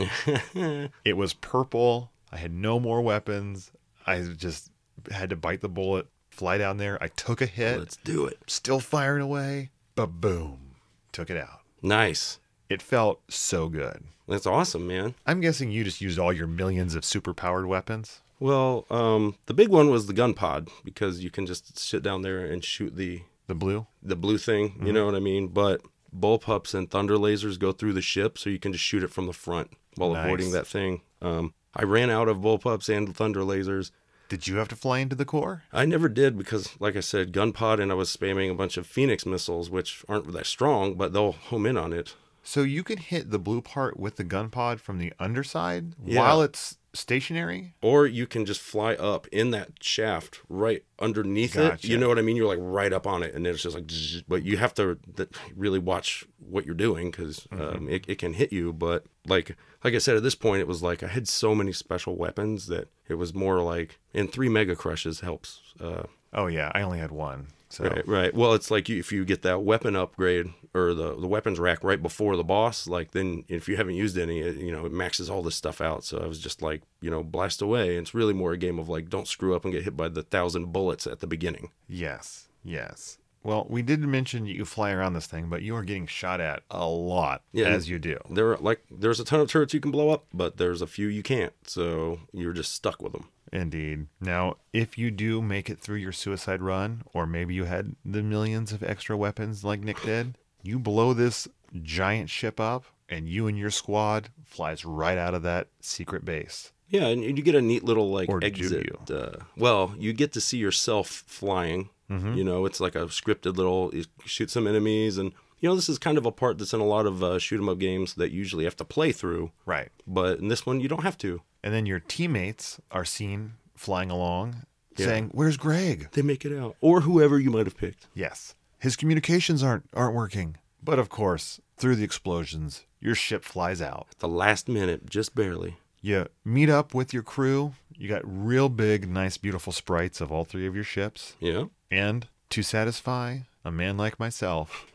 it was purple. I had no more weapons. I just had to bite the bullet, fly down there. I took a hit,
Let's do it.
still firing away, but boom, took it out.
Nice.
It felt so good.
That's awesome, man.
I'm guessing you just used all your millions of super powered weapons.
Well, um, the big one was the gun pod because you can just sit down there and shoot the
The blue?
the blue thing. You know what I mean? But bullpups and thunder lasers go through the ship, so you can just shoot it from the front while
Nice.
avoiding that thing. Um, I ran out of bullpups and thunder lasers.
Did you have to fly into the core?
I never did because, like I said, gunpod, and I was spamming a bunch of Phoenix missiles, which aren't that strong, but they'll home in on it.
So you can hit the blue part with the gun pod from the underside
Yeah.
while it's stationary?
Or you can just fly up in that shaft right underneath
Gotcha.
it. You know what I mean? You're like right up on it, and it's just like, zzz, but you have to th- really watch what you're doing because um, it, it can hit you. But like, like I said, at this point, it was like I had so many special weapons that it was more like, and three mega crushes helps. Uh,
Oh yeah, I only had one. So
Right, right. Well, it's like you, if you get that weapon upgrade or the, the weapons rack right before the boss, like then if you haven't used any, it, you know, it maxes all this stuff out. So I was just like, you know, blast away. And it's really more a game of like, don't screw up and get hit by the thousand bullets at the beginning.
yes, yes. Well, we did mention you fly around this thing, but you are getting shot at a lot
Yeah.
as you do.
There, are, like, there's a ton of turrets you can blow up, but there's a few you can't. So you're just stuck with them.
Indeed. Now, if you do make it through your suicide run, or maybe you had the millions of extra weapons like Nick did, you blow this giant ship up, and you and your squad flies right out of that secret base.
Yeah, and you get a neat little like
Or do
exit. Uh, well, you get to see yourself flying.
Mm-hmm.
You know, it's like a scripted little you shoot some enemies, and you know this is kind of a part that's in a lot of uh, shoot 'em up games that you usually have to play through,
Right.
but in this one you don't have to.
And then your teammates are seen flying along, saying, "Where's Greg?"
They make it out, or whoever you might have picked.
Yes. His communications aren't aren't working. But of course, through the explosions, your ship flies out.
At the last minute, just barely.
You meet up with your crew. You got real big, nice, beautiful sprites of all three of your ships.
Yeah.
And to satisfy a man like myself,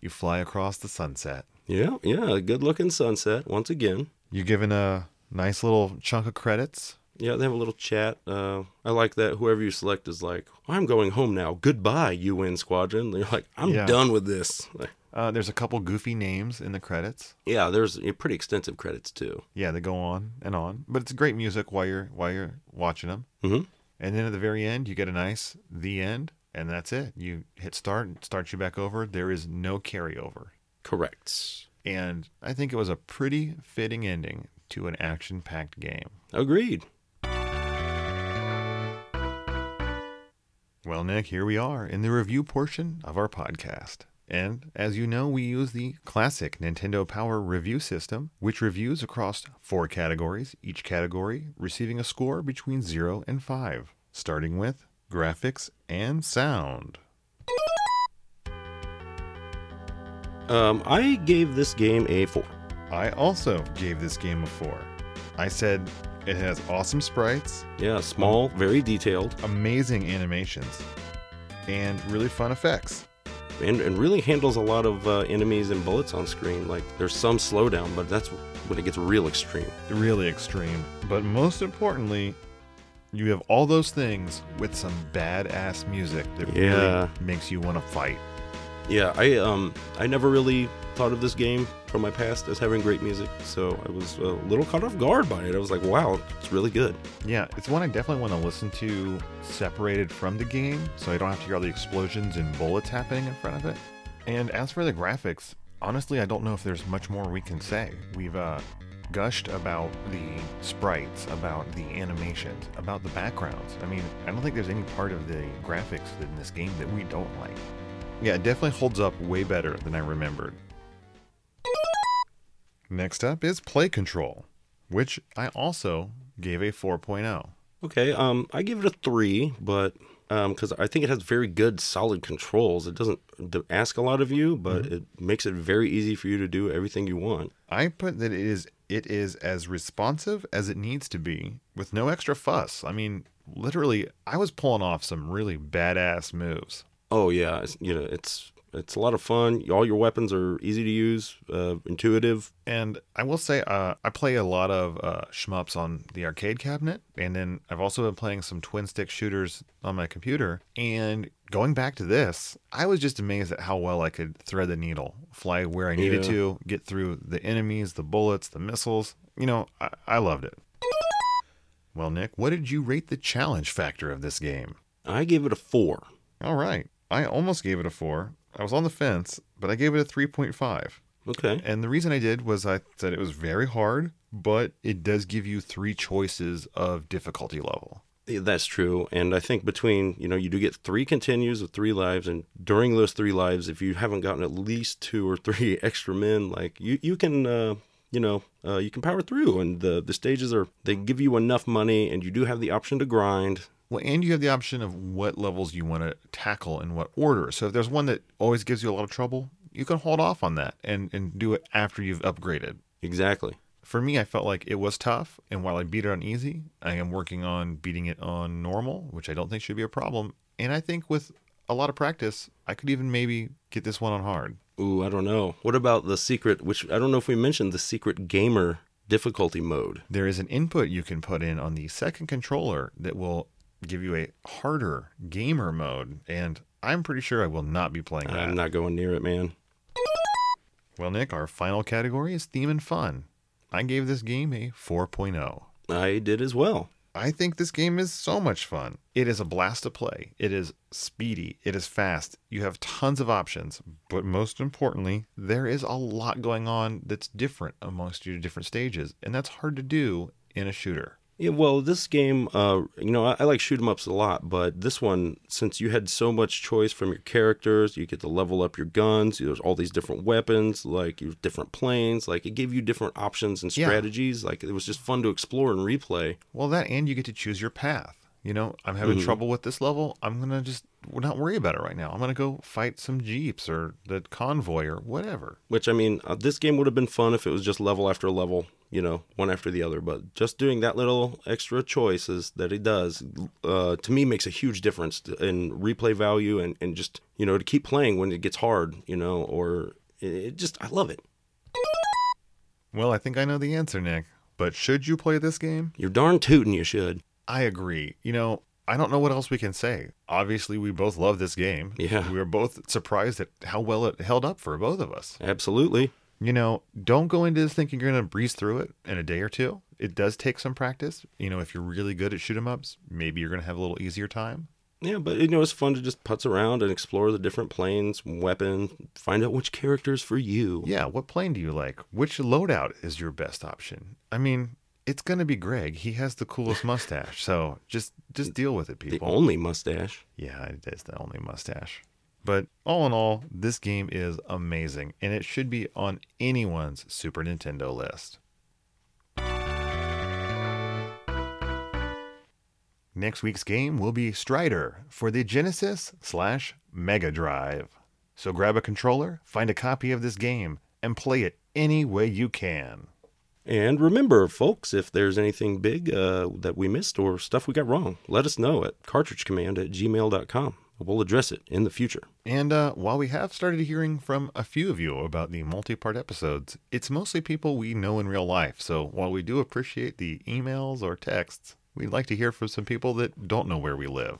you fly across the sunset.
Yeah, yeah, a good looking sunset once again.
You're given a nice little chunk of credits.
Yeah, they have a little chat. Uh, I like that. Whoever you select is like, "I'm going home now. Goodbye, UN Squadron." They're like, "I'm
Yeah.
done with this." Like,
Uh, there's a couple goofy names in the credits.
Yeah, there's uh, pretty extensive credits too.
Yeah, they go on and on, but it's great music while you're while you're watching them.
Mhm.
And then at the very end, you get a nice the end, and that's it. You hit start, and it starts you back over. There is no carryover.
Correct.
And I think it was a pretty fitting ending to an action-packed game.
Agreed.
Well, Nick, here we are in the review portion of our podcast. And as you know, we use the classic Nintendo Power review system, which reviews across four categories, each category receiving a score between 0 and 5, starting with graphics and sound.
Um, I gave this game a four.
I also gave this game a 4. I said it has awesome sprites,
Yeah, small, very detailed,
amazing animations, and really fun effects.
and, and really handles a lot of uh, enemies and bullets on screen. Like there's some slowdown, but that's when it gets real extreme.
really extreme. But most importantly, you have all those things with some badass music that
Yeah.
really makes you want to fight.
Yeah, I um I never really thought of this game from my past as having great music, so I was a little caught off guard by it. I was like, wow, it's really good.
Yeah, it's one I definitely want to listen to separated from the game so I don't have to hear all the explosions and bullets happening in front of it. And as for the graphics, honestly, I don't know if there's much more we can say. We've uh, gushed about the sprites, about the animations, about the backgrounds. I mean, I don't think there's any part of the graphics in this game that we don't like. Yeah, it definitely holds up way better than I remembered. Next up is Play Control, which I also gave a oh. 4.0.
Okay, um, I give it a three, but um, because I think it has very good, solid controls. It doesn't d- ask a lot of you, but it makes it very easy for you to do everything you want.
I put that it is it is as responsive as it needs to be with no extra fuss. I mean, literally, I was pulling off some really badass moves.
Oh yeah, it's, you know it's it's a lot of fun. All your weapons are easy to use, uh, intuitive.
And I will say, uh, I play a lot of uh, shmups on the arcade cabinet, and then I've also been playing some twin stick shooters on my computer. And going back to this, I was just amazed at how well I could thread the needle, fly where I needed
Yeah.
to, get through the enemies, the bullets, the missiles. You know, I, I loved it. Well, Nick, what did you rate the challenge factor of this game?
I gave it a four.
All right. I almost gave it a four. I was on the fence, but I gave it a 3.5.
Okay.
And the reason I did was I said it was very hard, but it does give you three choices of difficulty level.
Yeah, That's true. And I think between, you know, you do get three continues with three lives. And during those three lives, if you haven't gotten at least two or three extra men, like you, you can, uh, you know, uh, you can power through. And the, the stages are, they give you enough money and you do have the option to grind.
Well, and you have the option of what levels you want to tackle in what order. So if there's one that always gives you a lot of trouble, you can hold off on that and, and do it after you've upgraded.
Exactly.
For me, I felt like it was tough, and while I beat it on easy, I am working on beating it on normal, which I don't think should be a problem. And I think with a lot of practice, I could even maybe get this one on hard.
Ooh, I don't know. What about the secret, which I don't know if we mentioned the secret gamer difficulty mode?
There is an input you can put in on the second controller that will give you a harder gamer mode, and I'm pretty sure I will not be playing that.
I'm not going near it, man.
Well, Nick, our final category is theme and fun. I gave this game a 4.0.
I did as well.
I think this game is so much fun. It is a blast to play. It is speedy. It is fast. You have tons of options. But most importantly, there is a lot going on that's different amongst your different stages. And that's hard to do in a shooter.
Yeah, well, this game, uh, you know, I, I like shoot 'em ups a lot, but this one, since you had so much choice from your characters, you get to level up your guns. There's all these different weapons, like your different planes. Like it gave you different options and
Yeah.
strategies. Like it was just fun to explore and replay.
Well, that and you get to choose your path. You know, I'm having trouble with this level. I'm going to just not worry about it right now. I'm going to go fight some jeeps or the convoy or whatever.
Which I mean, uh, this game would have been fun if it was just level after level, you know, one after the other. But just doing that little extra choices that it does, uh, to me, makes a huge difference t- in replay value and and just you know to keep playing when it gets hard, you know, or it, it just I love it.
Well, I think I know the answer, Nick. But should you play this game?
You're darn tootin', you should.
I agree. You know, I don't know what else we can say. Obviously, we both love this game.
Yeah.
We were both surprised at how well it held up for both of us.
Absolutely.
You know, don't go into this thinking you're going to breeze through it in a day or two. It does take some practice. You know, if you're really good at shoot 'em ups, maybe you're going to have a little easier time.
Yeah, but you know it's fun to just putz around and explore the different planes, weapon, find out which characters for you.
Yeah, what plane do you like? Which loadout is your best option? I mean, it's going to be Greg. He has the coolest mustache. So just just deal with it,
The
people.
only mustache.
Yeah, it is the only mustache. But all in all, this game is amazing and it should be on anyone's Super Nintendo list. Next week's game will be Strider for the Genesis slash Mega Drive. So grab a controller, find a copy of this game, and play it any way you can.
And remember, folks, if there's anything big uh, that we missed or stuff we got wrong, let us know at cartridgecommand at gmail.com. We'll address it in the future.
And uh, while we have started hearing from a few of you about the multi part episodes, it's mostly people we know in real life. So while we do appreciate the emails or texts, we'd like to hear from some people that don't know where we live.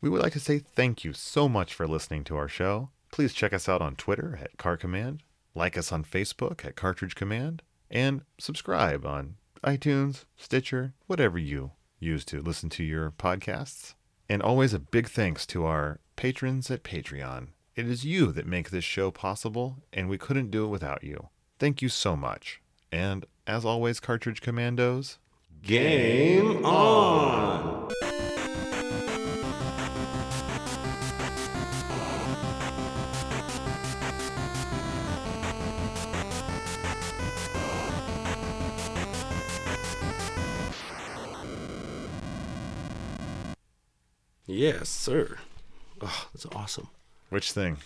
We would like to say thank you so much for listening to our show. Please check us out on Twitter at Car Command, like us on Facebook at Cartridge Command, and subscribe on iTunes, Stitcher, whatever you use to listen to your podcasts. And always a big thanks to our patrons at Patreon. It is you that make this show possible, and we couldn't do it without you. Thank you so much. And as always, Cartridge Commandos,
Game on! Yes, sir. Oh, that's awesome. Oh,
which thing?